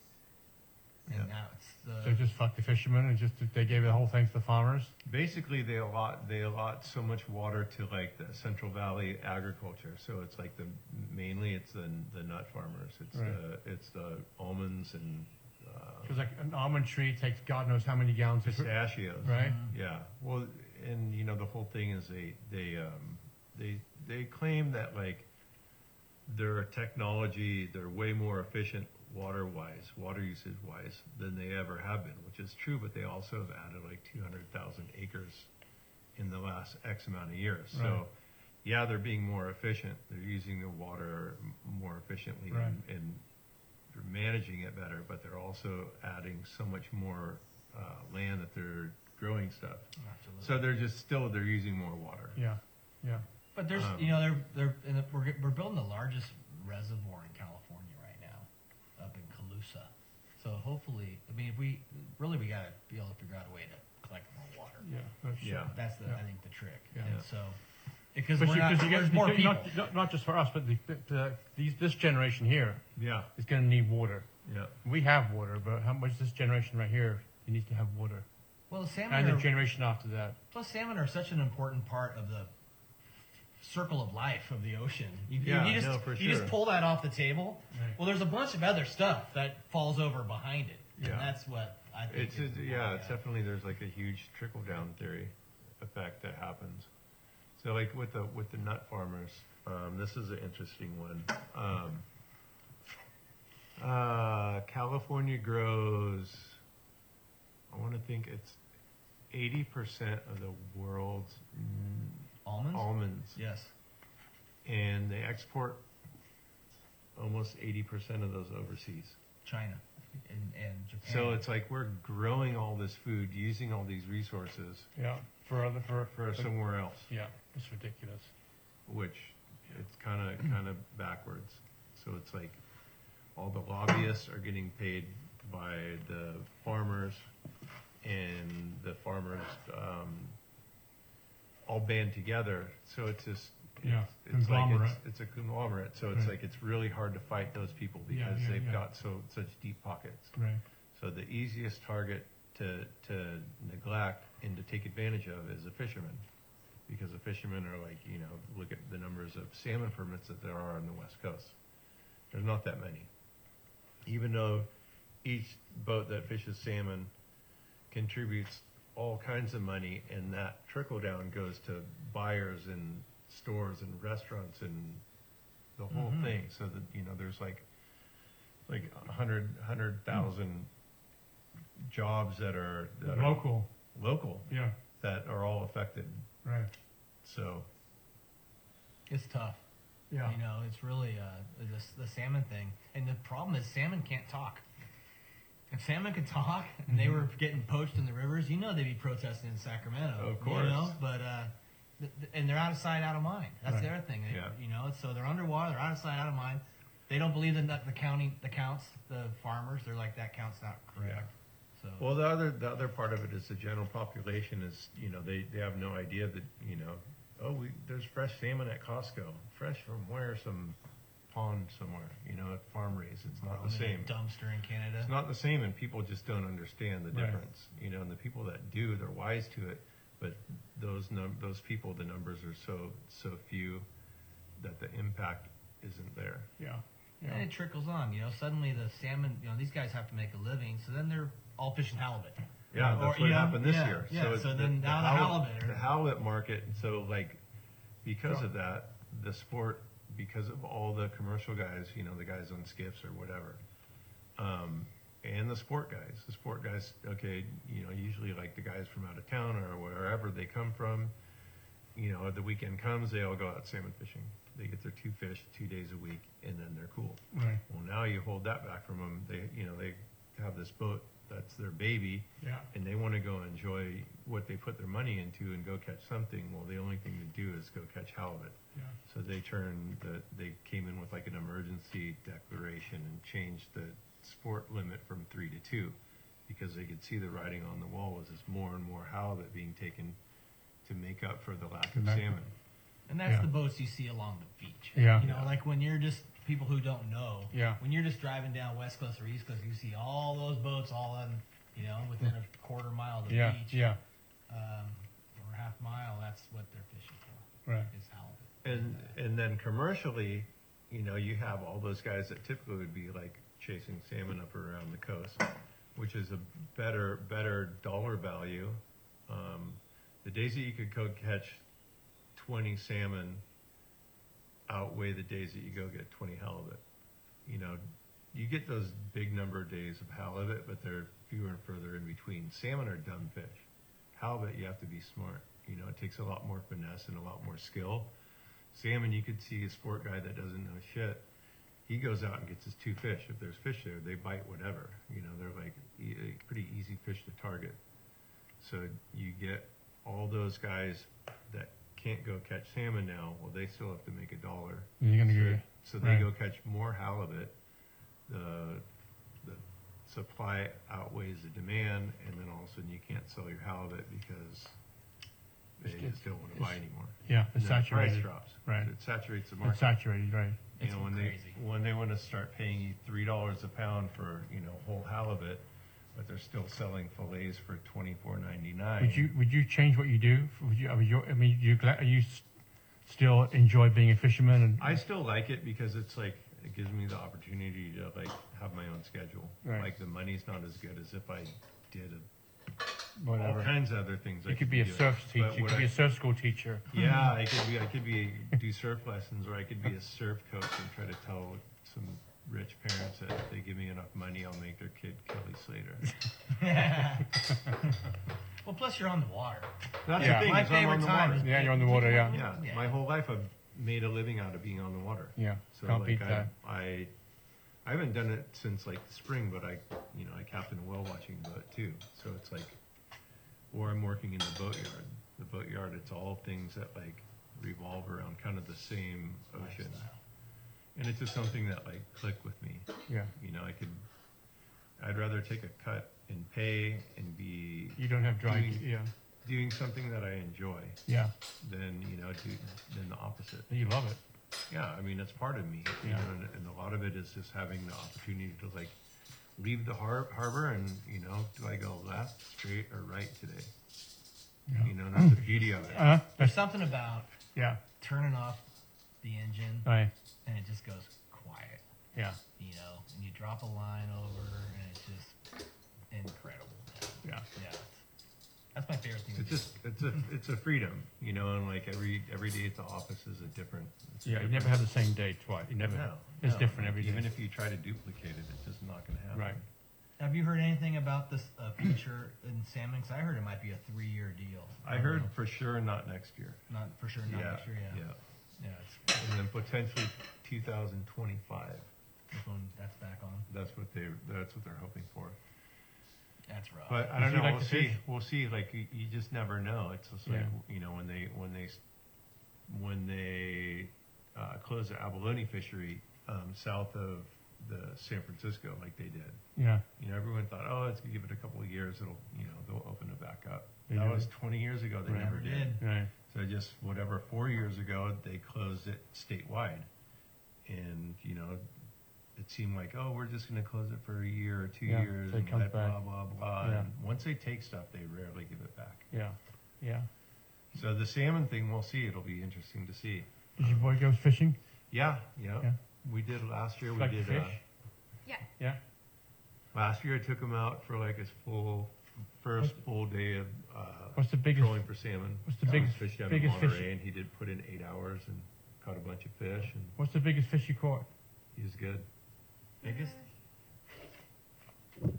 [SPEAKER 1] And now it's uh,
[SPEAKER 2] So
[SPEAKER 1] the
[SPEAKER 2] just fuck the fishermen and just they gave the whole thing to the farmers.
[SPEAKER 3] Basically, they allot they allot so much water to like the Central Valley agriculture. So it's like the mainly it's the the nut farmers. It's
[SPEAKER 2] Right.
[SPEAKER 3] the it's the almonds and uh,
[SPEAKER 2] Because like an almond tree takes God knows how many gallons of fruit,
[SPEAKER 3] pistachios.
[SPEAKER 2] right?
[SPEAKER 3] Yeah. Well, and you know the whole thing is they they um, they they claim that like their technology they're way more efficient water wise water usage wise than they ever have been, which is true. But they also have added like two hundred thousand acres in the last X amount of years.
[SPEAKER 2] Right.
[SPEAKER 3] So. Yeah, they're being more efficient. They're using their water m- more efficiently
[SPEAKER 2] Right.
[SPEAKER 3] and, and they're managing it better, but they're also adding so much more uh, land that they're growing stuff.
[SPEAKER 1] Absolutely.
[SPEAKER 3] So they're just still they're using more water.
[SPEAKER 2] Yeah. Yeah.
[SPEAKER 1] But there's,
[SPEAKER 3] Um,
[SPEAKER 1] you know, they're they're in the, we're we're building the largest reservoir in California right now, up in Calusa. So hopefully, I mean, if we really we gotta be able to figure out a way to collect more water.
[SPEAKER 2] Yeah. That's
[SPEAKER 3] Yeah.
[SPEAKER 1] That's the I
[SPEAKER 2] Yeah.
[SPEAKER 1] think the trick.
[SPEAKER 2] Yeah.
[SPEAKER 1] And
[SPEAKER 3] Yeah.
[SPEAKER 1] so, because
[SPEAKER 2] But
[SPEAKER 1] we're
[SPEAKER 2] you,
[SPEAKER 1] not,
[SPEAKER 2] 'cause you
[SPEAKER 1] there's
[SPEAKER 2] get,
[SPEAKER 1] more
[SPEAKER 2] you get-
[SPEAKER 1] people.
[SPEAKER 2] not, not, not just for us, but the, the, the, these, this generation here
[SPEAKER 3] Yeah,
[SPEAKER 2] is going to need water.
[SPEAKER 3] yeah.
[SPEAKER 2] We have water, but how much this generation right here you need to have water,
[SPEAKER 1] Well, salmon
[SPEAKER 2] and the
[SPEAKER 1] are,
[SPEAKER 2] generation after that.
[SPEAKER 1] plus salmon are such an important part of the circle of life of the ocean. You, you-
[SPEAKER 3] Yeah,
[SPEAKER 1] you just
[SPEAKER 3] no, for
[SPEAKER 1] you just
[SPEAKER 3] sure.
[SPEAKER 1] pull that off the table.
[SPEAKER 7] Right.
[SPEAKER 1] Well, there's a bunch of other stuff that falls over behind it.
[SPEAKER 3] Yeah.
[SPEAKER 1] And that's what I think.
[SPEAKER 3] It's
[SPEAKER 1] is
[SPEAKER 3] just-
[SPEAKER 1] the-
[SPEAKER 3] yeah, it's definitely there's like a huge trickle down theory effect that happens. So like with the with the nut farmers, um, this is an interesting one. Um, uh, California grows, I want to think it's eighty percent of the world's mm,
[SPEAKER 1] almonds.
[SPEAKER 3] almonds,
[SPEAKER 1] Yes.
[SPEAKER 3] and they export almost eighty percent of those overseas.
[SPEAKER 1] China and, and Japan.
[SPEAKER 3] So it's like we're growing all this food, using all these resources.
[SPEAKER 2] Yeah, for other for
[SPEAKER 3] for somewhere else,
[SPEAKER 2] yeah, it's ridiculous.
[SPEAKER 3] which it's kind of kind of backwards. So it's like all the lobbyists are getting paid by the farmers, and the farmers um, all band together. So it's just it's,
[SPEAKER 2] Yeah,
[SPEAKER 3] it's like it's,
[SPEAKER 2] conglomerate.
[SPEAKER 3] it's a conglomerate. So it's
[SPEAKER 2] Right.
[SPEAKER 3] like it's really hard to fight those people
[SPEAKER 2] Yeah,
[SPEAKER 3] because
[SPEAKER 2] yeah,
[SPEAKER 3] they've
[SPEAKER 2] yeah.
[SPEAKER 3] got so such deep pockets.
[SPEAKER 2] Right.
[SPEAKER 3] So the easiest target to, to neglect and to take advantage of is the fishermen. Because the fishermen are like, you know, look at the numbers of salmon permits that there are on the west coast. There's not that many. Even though each boat that fishes salmon contributes all kinds of money and that trickle down goes to buyers and stores and restaurants and the whole thing. So that, you know, there's like like a hundred hundred thousand jobs that are that are
[SPEAKER 2] Local.
[SPEAKER 3] local
[SPEAKER 2] Yeah.
[SPEAKER 3] that are all affected.
[SPEAKER 2] Right.
[SPEAKER 3] So
[SPEAKER 1] it's tough.
[SPEAKER 2] Yeah.
[SPEAKER 1] You know, it's really uh, the, the salmon thing. And the problem is salmon can't talk. If salmon could talk and
[SPEAKER 3] Mm-hmm.
[SPEAKER 1] they were getting poached in the rivers, you know they'd be protesting in Sacramento.
[SPEAKER 3] Of
[SPEAKER 1] You
[SPEAKER 3] course.
[SPEAKER 1] know? But, uh, th- th- and they're out of sight, out of mind. That's
[SPEAKER 2] Right.
[SPEAKER 1] their thing. They-
[SPEAKER 3] Yeah.
[SPEAKER 1] You know, so they're underwater, they're out of sight, out of mind. They don't believe in the, the county, the counts, the farmers. They're like, that count's not correct. So,
[SPEAKER 3] well the other the other part of it is the general population is you know, they, they have no idea that, you know, oh we there's fresh salmon at Costco. Fresh from where? Some pond somewhere, you know, at farm raised. It's not
[SPEAKER 1] I'm
[SPEAKER 3] the
[SPEAKER 1] in
[SPEAKER 3] same.
[SPEAKER 1] a dumpster in Canada.
[SPEAKER 3] It's not the same, and people just don't understand the
[SPEAKER 2] Right.
[SPEAKER 3] difference. You know, and the people that do, they're wise to it, but those num- those people, the numbers are so so few that the impact isn't there.
[SPEAKER 2] Yeah.
[SPEAKER 1] And it trickles on, you know. Suddenly the salmon, you know, these guys have to make a living, so then they're all fishing halibut.
[SPEAKER 3] Yeah,
[SPEAKER 1] Or,
[SPEAKER 3] that's
[SPEAKER 1] you
[SPEAKER 3] what
[SPEAKER 1] know,
[SPEAKER 3] happened this
[SPEAKER 1] yeah,
[SPEAKER 3] year.
[SPEAKER 1] Yeah. So,
[SPEAKER 3] it's the-
[SPEAKER 1] then
[SPEAKER 3] the
[SPEAKER 1] now the
[SPEAKER 3] hal-
[SPEAKER 1] halibut.
[SPEAKER 3] the
[SPEAKER 1] Are,
[SPEAKER 3] halibut market. and So like, because of that, the sport, because of all the commercial guys, you know, the guys on skiffs or whatever, um, and the sport guys, the sport guys. Okay, you know, usually like the guys from out of town or wherever they come from. You know, the weekend comes, they all go out salmon fishing. They get their two fish two days a week, and then they're cool.
[SPEAKER 2] Right.
[SPEAKER 3] Well, now you hold that back from them. They, you know, they have this boat that's their baby
[SPEAKER 2] Yeah.
[SPEAKER 3] and they want to go enjoy what they put their money into and go catch something, well, the only thing to do is go catch halibut.
[SPEAKER 2] Yeah.
[SPEAKER 3] So they turned the, they came in with like an emergency declaration and changed the sport limit from three to two because they could see the writing on the wall was just more and more halibut being taken to make up for the lack of
[SPEAKER 2] Lack of-
[SPEAKER 3] salmon.
[SPEAKER 1] and that's
[SPEAKER 2] Yeah.
[SPEAKER 1] the boats you see along the beach.
[SPEAKER 2] Yeah.
[SPEAKER 1] You know, like when you're just people who don't know.
[SPEAKER 2] Yeah.
[SPEAKER 1] When you're just driving down west coast or east coast, you see all those boats all on, you know, within a quarter mile of the
[SPEAKER 2] Yeah.
[SPEAKER 1] beach,
[SPEAKER 2] Yeah.
[SPEAKER 1] um, or half mile. That's what they're fishing for
[SPEAKER 2] Right.
[SPEAKER 1] is halibut.
[SPEAKER 3] And and then commercially, you know, you have all those guys that typically would be like chasing salmon up around the coast, which is a better better dollar value. Um, the days that you could go catch twenty salmon outweigh the days that you go get twenty halibut. You know, you get those big number of days of halibut, but they're fewer and further in between. Salmon are dumb fish. Halibut, you have to be smart. You know, it takes a lot more finesse and a lot more skill. Salmon, you could see a sport guy that doesn't know shit. He goes out and gets his two fish. If there's fish there, they bite whatever. You know, they're like e- a pretty easy fish to target. So you get all those guys that can't go catch salmon now. Well, they still have to make a dollar.
[SPEAKER 2] You're gonna
[SPEAKER 3] So-
[SPEAKER 2] get
[SPEAKER 3] So they
[SPEAKER 2] right.
[SPEAKER 3] go catch more halibut. The the supply outweighs the demand, and then all of a sudden you can't sell your halibut because
[SPEAKER 2] It's
[SPEAKER 3] they
[SPEAKER 2] get-
[SPEAKER 3] just don't want to
[SPEAKER 2] it's-
[SPEAKER 3] buy anymore.
[SPEAKER 2] yeah.
[SPEAKER 3] And
[SPEAKER 2] It's
[SPEAKER 3] then the Price
[SPEAKER 2] saturated.
[SPEAKER 3] drops.
[SPEAKER 2] Right.
[SPEAKER 3] It saturates the market.
[SPEAKER 2] It's saturated. Right.
[SPEAKER 3] You
[SPEAKER 1] It's
[SPEAKER 3] know, when
[SPEAKER 1] crazy.
[SPEAKER 3] they when they want to start paying you three dollars a pound for you know whole halibut, but they're still selling fillets for twenty four ninety nine.
[SPEAKER 2] Would you Would you change what you do? Would you? I mean, you're, I mean, you gla- are you s- still enjoy being a fisherman and
[SPEAKER 3] I still like it because it's like it gives me the opportunity to like have my own schedule.
[SPEAKER 2] Right.
[SPEAKER 3] Like the money's not as good as if I did a, all
[SPEAKER 2] whatever.
[SPEAKER 3] kinds of other things. I
[SPEAKER 2] You could be a
[SPEAKER 3] doing.
[SPEAKER 2] surf teacher.
[SPEAKER 3] But
[SPEAKER 2] You
[SPEAKER 3] what
[SPEAKER 2] could
[SPEAKER 3] I-
[SPEAKER 2] be a surf school teacher.
[SPEAKER 3] Yeah,
[SPEAKER 1] Hmm.
[SPEAKER 3] I could be. I could be do surf lessons, or I could be a surf coach and try to tell some rich parents that if they give me enough money, I'll make their kid Kelly Slater.
[SPEAKER 1] Well, plus you're on the water.
[SPEAKER 3] That's
[SPEAKER 2] Yeah.
[SPEAKER 3] the thing.
[SPEAKER 1] My
[SPEAKER 3] is I'm
[SPEAKER 1] favorite
[SPEAKER 3] on the
[SPEAKER 1] time
[SPEAKER 3] water.
[SPEAKER 1] is-
[SPEAKER 2] Yeah, you're on the water. Yeah,
[SPEAKER 3] Yeah,
[SPEAKER 1] Yeah.
[SPEAKER 3] my whole life I've made a living out of being on the water.
[SPEAKER 2] yeah.
[SPEAKER 3] So
[SPEAKER 2] Can't
[SPEAKER 3] like
[SPEAKER 2] beat
[SPEAKER 3] I,
[SPEAKER 2] that.
[SPEAKER 3] I, I haven't done it since like the spring, but I, you know, I captain a whale watching boat too. So it's like, or I'm working in the boatyard. The boatyard, it's all things that like revolve around kind of the same ocean, and it's just something that like clicked with me.
[SPEAKER 2] Yeah,
[SPEAKER 3] You know, I could, I'd rather take a cut and pay and be
[SPEAKER 2] you don't have dry.
[SPEAKER 3] Doing-
[SPEAKER 2] Yeah,
[SPEAKER 3] doing something that I enjoy
[SPEAKER 2] yeah.
[SPEAKER 3] than you know do, than the opposite.
[SPEAKER 2] You love it.
[SPEAKER 3] Yeah, I mean, it's part of me, you
[SPEAKER 2] Yeah.
[SPEAKER 3] know, and, and a lot of it is just having the opportunity to like leave the har- harbor and you know, do I go left, straight, or right today?
[SPEAKER 2] Yeah.
[SPEAKER 3] You know, that's the beauty of it.
[SPEAKER 2] Uh,
[SPEAKER 1] There's something about
[SPEAKER 2] yeah.
[SPEAKER 1] turning off the engine
[SPEAKER 2] Right.
[SPEAKER 1] and it just goes quiet,
[SPEAKER 2] Yeah.
[SPEAKER 1] you know, and you drop a line over and it's just incredible.
[SPEAKER 2] Yeah.
[SPEAKER 1] Yeah. That's my favorite thing. to
[SPEAKER 3] It's
[SPEAKER 1] do.
[SPEAKER 3] just it's a it's a freedom, you know, and like every every day at the office is a different. It's a
[SPEAKER 2] Yeah. You
[SPEAKER 3] different-
[SPEAKER 2] never have the same day twice. You never.
[SPEAKER 3] No,
[SPEAKER 2] it's
[SPEAKER 3] no.
[SPEAKER 2] different every day.
[SPEAKER 3] Even if you try to duplicate it, it's just not going to happen.
[SPEAKER 2] Right.
[SPEAKER 1] Have you heard anything about this uh, future in salmon? 'Cause I heard it might be a three-year deal.
[SPEAKER 3] I heard for sure not next year.
[SPEAKER 1] Not for sure. Not
[SPEAKER 3] yeah,
[SPEAKER 1] for sure. Yeah.
[SPEAKER 3] yeah.
[SPEAKER 1] Yeah. it's,
[SPEAKER 3] and then potentially 2025.
[SPEAKER 1] this one that's back on.
[SPEAKER 3] That's what they that's what they're hoping for.
[SPEAKER 1] That's rough.
[SPEAKER 3] But I
[SPEAKER 2] Would
[SPEAKER 3] don't
[SPEAKER 2] you
[SPEAKER 3] know.
[SPEAKER 2] like
[SPEAKER 3] we'll
[SPEAKER 2] to
[SPEAKER 3] see.
[SPEAKER 2] fish?
[SPEAKER 3] We'll see. Like you, you just never know. It's just like
[SPEAKER 2] Yeah.
[SPEAKER 3] you know when they when they when they uh, closed the abalone fishery um, south of the San Francisco, like they did.
[SPEAKER 2] Yeah.
[SPEAKER 3] You know, everyone thought, oh, let's give it a couple of years. It'll you know they'll open it back up.
[SPEAKER 2] They
[SPEAKER 3] that
[SPEAKER 2] never-
[SPEAKER 3] was 20 years ago. They
[SPEAKER 2] Right.
[SPEAKER 3] never
[SPEAKER 1] Never
[SPEAKER 3] did.
[SPEAKER 1] did.
[SPEAKER 2] Right.
[SPEAKER 3] So just whatever, four years ago, they closed it statewide. And, you know, it seemed like, oh, we're just going to close it for a year or two
[SPEAKER 2] Yeah,
[SPEAKER 3] years
[SPEAKER 2] so it
[SPEAKER 3] and
[SPEAKER 2] comes
[SPEAKER 3] let blah,
[SPEAKER 2] back.
[SPEAKER 3] blah, blah.
[SPEAKER 2] Yeah.
[SPEAKER 3] And once they take stuff, they rarely give it back.
[SPEAKER 2] Yeah. Yeah.
[SPEAKER 3] So the salmon thing, we'll see. It'll be interesting to see.
[SPEAKER 2] Did your boy go fishing?
[SPEAKER 3] Yeah, yeah.
[SPEAKER 2] Yeah.
[SPEAKER 3] We did last year. We
[SPEAKER 2] Like
[SPEAKER 3] did
[SPEAKER 2] fish?
[SPEAKER 3] Uh,
[SPEAKER 8] Yeah.
[SPEAKER 2] Yeah.
[SPEAKER 3] last year. I took him out for like his full first full day of uh,
[SPEAKER 2] What's the biggest?
[SPEAKER 3] trolling for salmon.
[SPEAKER 2] what's the
[SPEAKER 3] We
[SPEAKER 2] biggest-
[SPEAKER 3] fished down
[SPEAKER 2] biggest
[SPEAKER 3] in
[SPEAKER 2] fish-
[SPEAKER 3] Monterey, and he did put in eight hours and caught a bunch of fish. And
[SPEAKER 2] What's the biggest fish you caught?
[SPEAKER 3] He's good.
[SPEAKER 1] Biggest.
[SPEAKER 8] I'm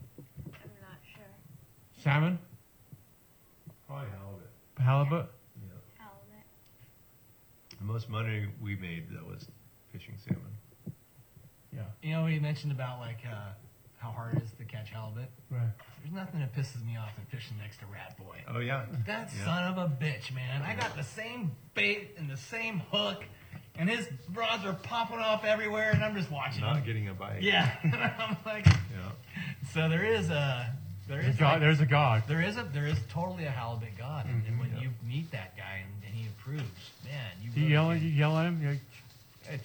[SPEAKER 8] not sure.
[SPEAKER 2] Salmon,
[SPEAKER 3] Probably halibut.
[SPEAKER 2] halibut.
[SPEAKER 3] Yeah.
[SPEAKER 8] How old it?
[SPEAKER 3] The most money we made that was fishing salmon.
[SPEAKER 2] Yeah.
[SPEAKER 1] You know what you mentioned about like uh, how hard it is to catch halibut.
[SPEAKER 2] Right.
[SPEAKER 1] There's nothing that pisses me off than fishing next to Rat Boy.
[SPEAKER 3] Oh yeah.
[SPEAKER 1] That
[SPEAKER 3] Yeah.
[SPEAKER 1] son of a bitch, man. I got the same bait and the same hook, and his rods are popping off everywhere, and I'm just watching
[SPEAKER 3] Not
[SPEAKER 1] him.
[SPEAKER 3] getting a bite.
[SPEAKER 1] Yeah, and I'm like,
[SPEAKER 3] Yeah.
[SPEAKER 1] so there is a, there
[SPEAKER 2] There's a
[SPEAKER 1] is,
[SPEAKER 2] god.
[SPEAKER 1] like,
[SPEAKER 2] There's a god.
[SPEAKER 1] there is a, there is totally a halibut god, and- and when
[SPEAKER 3] yeah.
[SPEAKER 1] you meet that guy and, and he approves, man, you.
[SPEAKER 2] Do you
[SPEAKER 1] really
[SPEAKER 2] yell?
[SPEAKER 1] can-
[SPEAKER 2] You yell at him? You're like,
[SPEAKER 1] It's,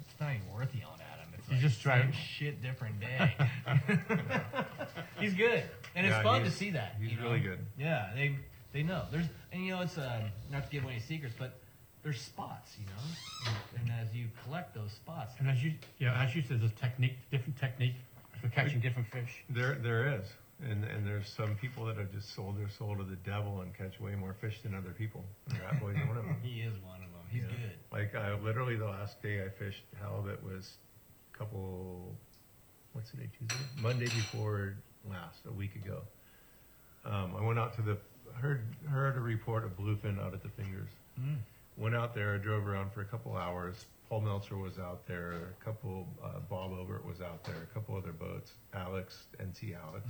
[SPEAKER 1] it's not even worth yelling at him. It's
[SPEAKER 2] You
[SPEAKER 1] like
[SPEAKER 2] just try
[SPEAKER 1] same
[SPEAKER 2] to-
[SPEAKER 1] shit different day. he's good, and
[SPEAKER 3] Yeah,
[SPEAKER 1] it's fun to
[SPEAKER 3] he's-
[SPEAKER 1] see that.
[SPEAKER 3] he's
[SPEAKER 1] you know?
[SPEAKER 3] really good.
[SPEAKER 1] Yeah, they they know. There's and you know it's uh, not to give away any secrets, but there's spots, you know, and, and as you collect those spots,
[SPEAKER 2] And as you, yeah, as you said, there's a technique, different technique for catching different fish.
[SPEAKER 3] There there is. And and there's some people that have just sold their soul to the devil and catch way more fish than other people. And Rat boy's one of them.
[SPEAKER 1] he is one of them. He's
[SPEAKER 3] Yeah.
[SPEAKER 1] good.
[SPEAKER 3] Like I literally the last day I fished halibut was a couple what's the day, Tuesday? Monday before last, a week ago. Um, I went out to the heard heard a report of bluefin out at the fingers.
[SPEAKER 1] Mm.
[SPEAKER 3] Went out there, drove around for a couple hours. Paul Meltzer was out there, a couple uh, Bob Obert was out there, a couple other boats, Alex, NC Alex.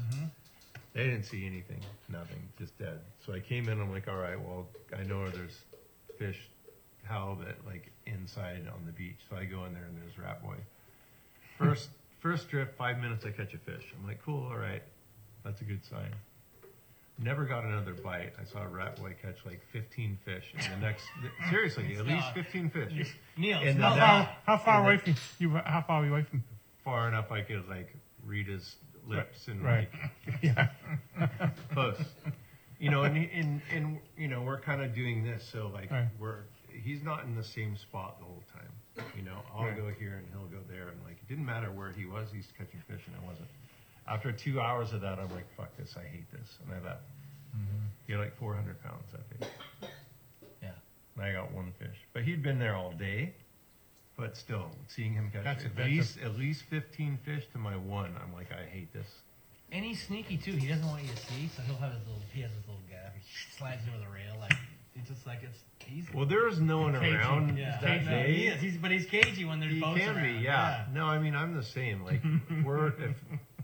[SPEAKER 3] They didn't see anything, nothing, just dead. So I came in, I'm like, all right, well, I know where there's fish halibut like inside on the beach. So I go in there and there's rat boy. First first trip, five minutes I catch a fish. I'm like, cool, all right. That's a good sign. Never got another bite. I saw a rat boy catch like 15 fish in the next. seriously, at least
[SPEAKER 1] not-
[SPEAKER 3] 15 fish.
[SPEAKER 1] Neil,
[SPEAKER 3] And
[SPEAKER 1] smell
[SPEAKER 3] the-
[SPEAKER 1] that.
[SPEAKER 2] How far away from you? were- How far were you away from?
[SPEAKER 3] Far enough I could like read his lips and
[SPEAKER 2] Right.
[SPEAKER 3] like
[SPEAKER 2] Yeah.
[SPEAKER 3] close. You know, and and and you know, we're kind of doing this, so like
[SPEAKER 2] Right.
[SPEAKER 3] we're he's not in the same spot the whole time. You know, I'll
[SPEAKER 2] Right.
[SPEAKER 3] go here and he'll go there, and like it didn't matter where he was, he's catching fish, and I wasn't. After two hours of that, I'm like, fuck this, I hate this, and I left. You're like 400 pounds, I think.
[SPEAKER 1] Yeah.
[SPEAKER 3] And I got one fish, but he'd been there all day. But still, seeing him catch
[SPEAKER 2] That's a-
[SPEAKER 3] at
[SPEAKER 2] that's a-
[SPEAKER 3] least at least 15 fish to my one, I'm like, I hate this.
[SPEAKER 1] And he's sneaky too. He doesn't want you to see, so he'll have his little. He has his little gaff. He slides over the rail like it's just like it's. He's
[SPEAKER 3] Well, there is no one
[SPEAKER 2] Cagey.
[SPEAKER 3] around
[SPEAKER 1] yeah.
[SPEAKER 3] that
[SPEAKER 1] No,
[SPEAKER 3] day.
[SPEAKER 1] he is. He's but he's cagey when there's
[SPEAKER 3] He
[SPEAKER 1] boats
[SPEAKER 3] can
[SPEAKER 1] around.
[SPEAKER 3] be, yeah. No, I mean I'm the same. Like we're if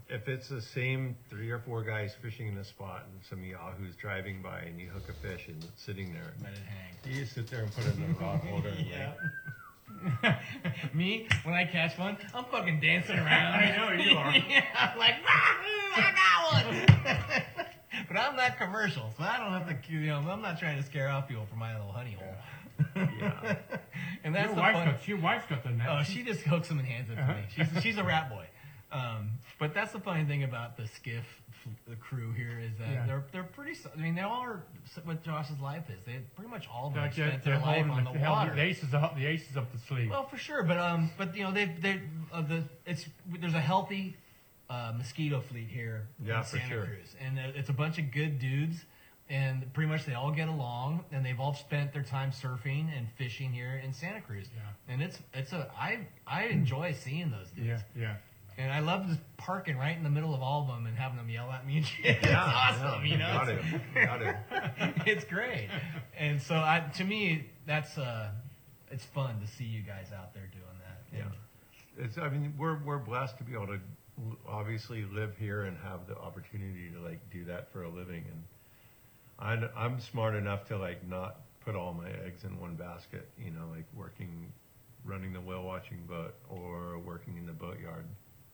[SPEAKER 3] if it's the same three or four guys fishing in a spot and some yahoos driving by and you hook a fish and it's sitting there,
[SPEAKER 1] Let it hang.
[SPEAKER 3] you just sit there and put it in the rod holder. And like,
[SPEAKER 1] Me, when I catch one, I'm fucking dancing around. I know you are. yeah, I'm like, "Wahoo, I got one. but I'm not commercial, so I don't have to. You know, I'm not trying to scare off people from my little honey hole.
[SPEAKER 3] Yeah.
[SPEAKER 1] and that's
[SPEAKER 2] your
[SPEAKER 1] the
[SPEAKER 2] wife's
[SPEAKER 1] fun.
[SPEAKER 2] got your wife's got the net.
[SPEAKER 1] Oh, she just hooks them and hands it to
[SPEAKER 2] Uh-huh.
[SPEAKER 1] me. She's, she's a rat boy. Um, but that's the funny thing about the skiff f- the crew here is that
[SPEAKER 2] Yeah.
[SPEAKER 1] they're they're pretty. s- I mean, they all are s- what Josh's life is. They pretty much all of them
[SPEAKER 2] Like, yeah,
[SPEAKER 1] spent their
[SPEAKER 2] they're
[SPEAKER 1] life
[SPEAKER 2] holding
[SPEAKER 1] on
[SPEAKER 2] the,
[SPEAKER 1] the
[SPEAKER 2] hell-
[SPEAKER 1] water.
[SPEAKER 2] The ace is up, the ace is up the sleeve.
[SPEAKER 1] Well, for sure, but um, but you know they they uh, the it's there's a healthy uh, mosquito fleet here
[SPEAKER 3] Yeah,
[SPEAKER 1] in
[SPEAKER 3] for
[SPEAKER 1] Santa
[SPEAKER 3] sure.
[SPEAKER 1] Cruz, and uh, it's a bunch of good dudes, and pretty much they all get along, and they've all spent their time surfing and fishing here in Santa Cruz,
[SPEAKER 2] Yeah.
[SPEAKER 1] and it's it's a I I enjoy seeing those dudes.
[SPEAKER 2] yeah, yeah.
[SPEAKER 1] And I love just parking right in the middle of all of them and having them yell at me and shit. It's awesome, you know.
[SPEAKER 3] Got
[SPEAKER 1] It's-
[SPEAKER 3] him. Got him.
[SPEAKER 1] it's great. And so I, to me, that's uh, it's fun to see you guys out there doing that.
[SPEAKER 3] Yeah. It's, I mean, we're, we're blessed to be able to l- obviously live here and have the opportunity to like do that for a living. And I'm, I'm smart enough to like not put all my eggs in one basket, you know, like working, running the whale watching boat or working in the boatyard.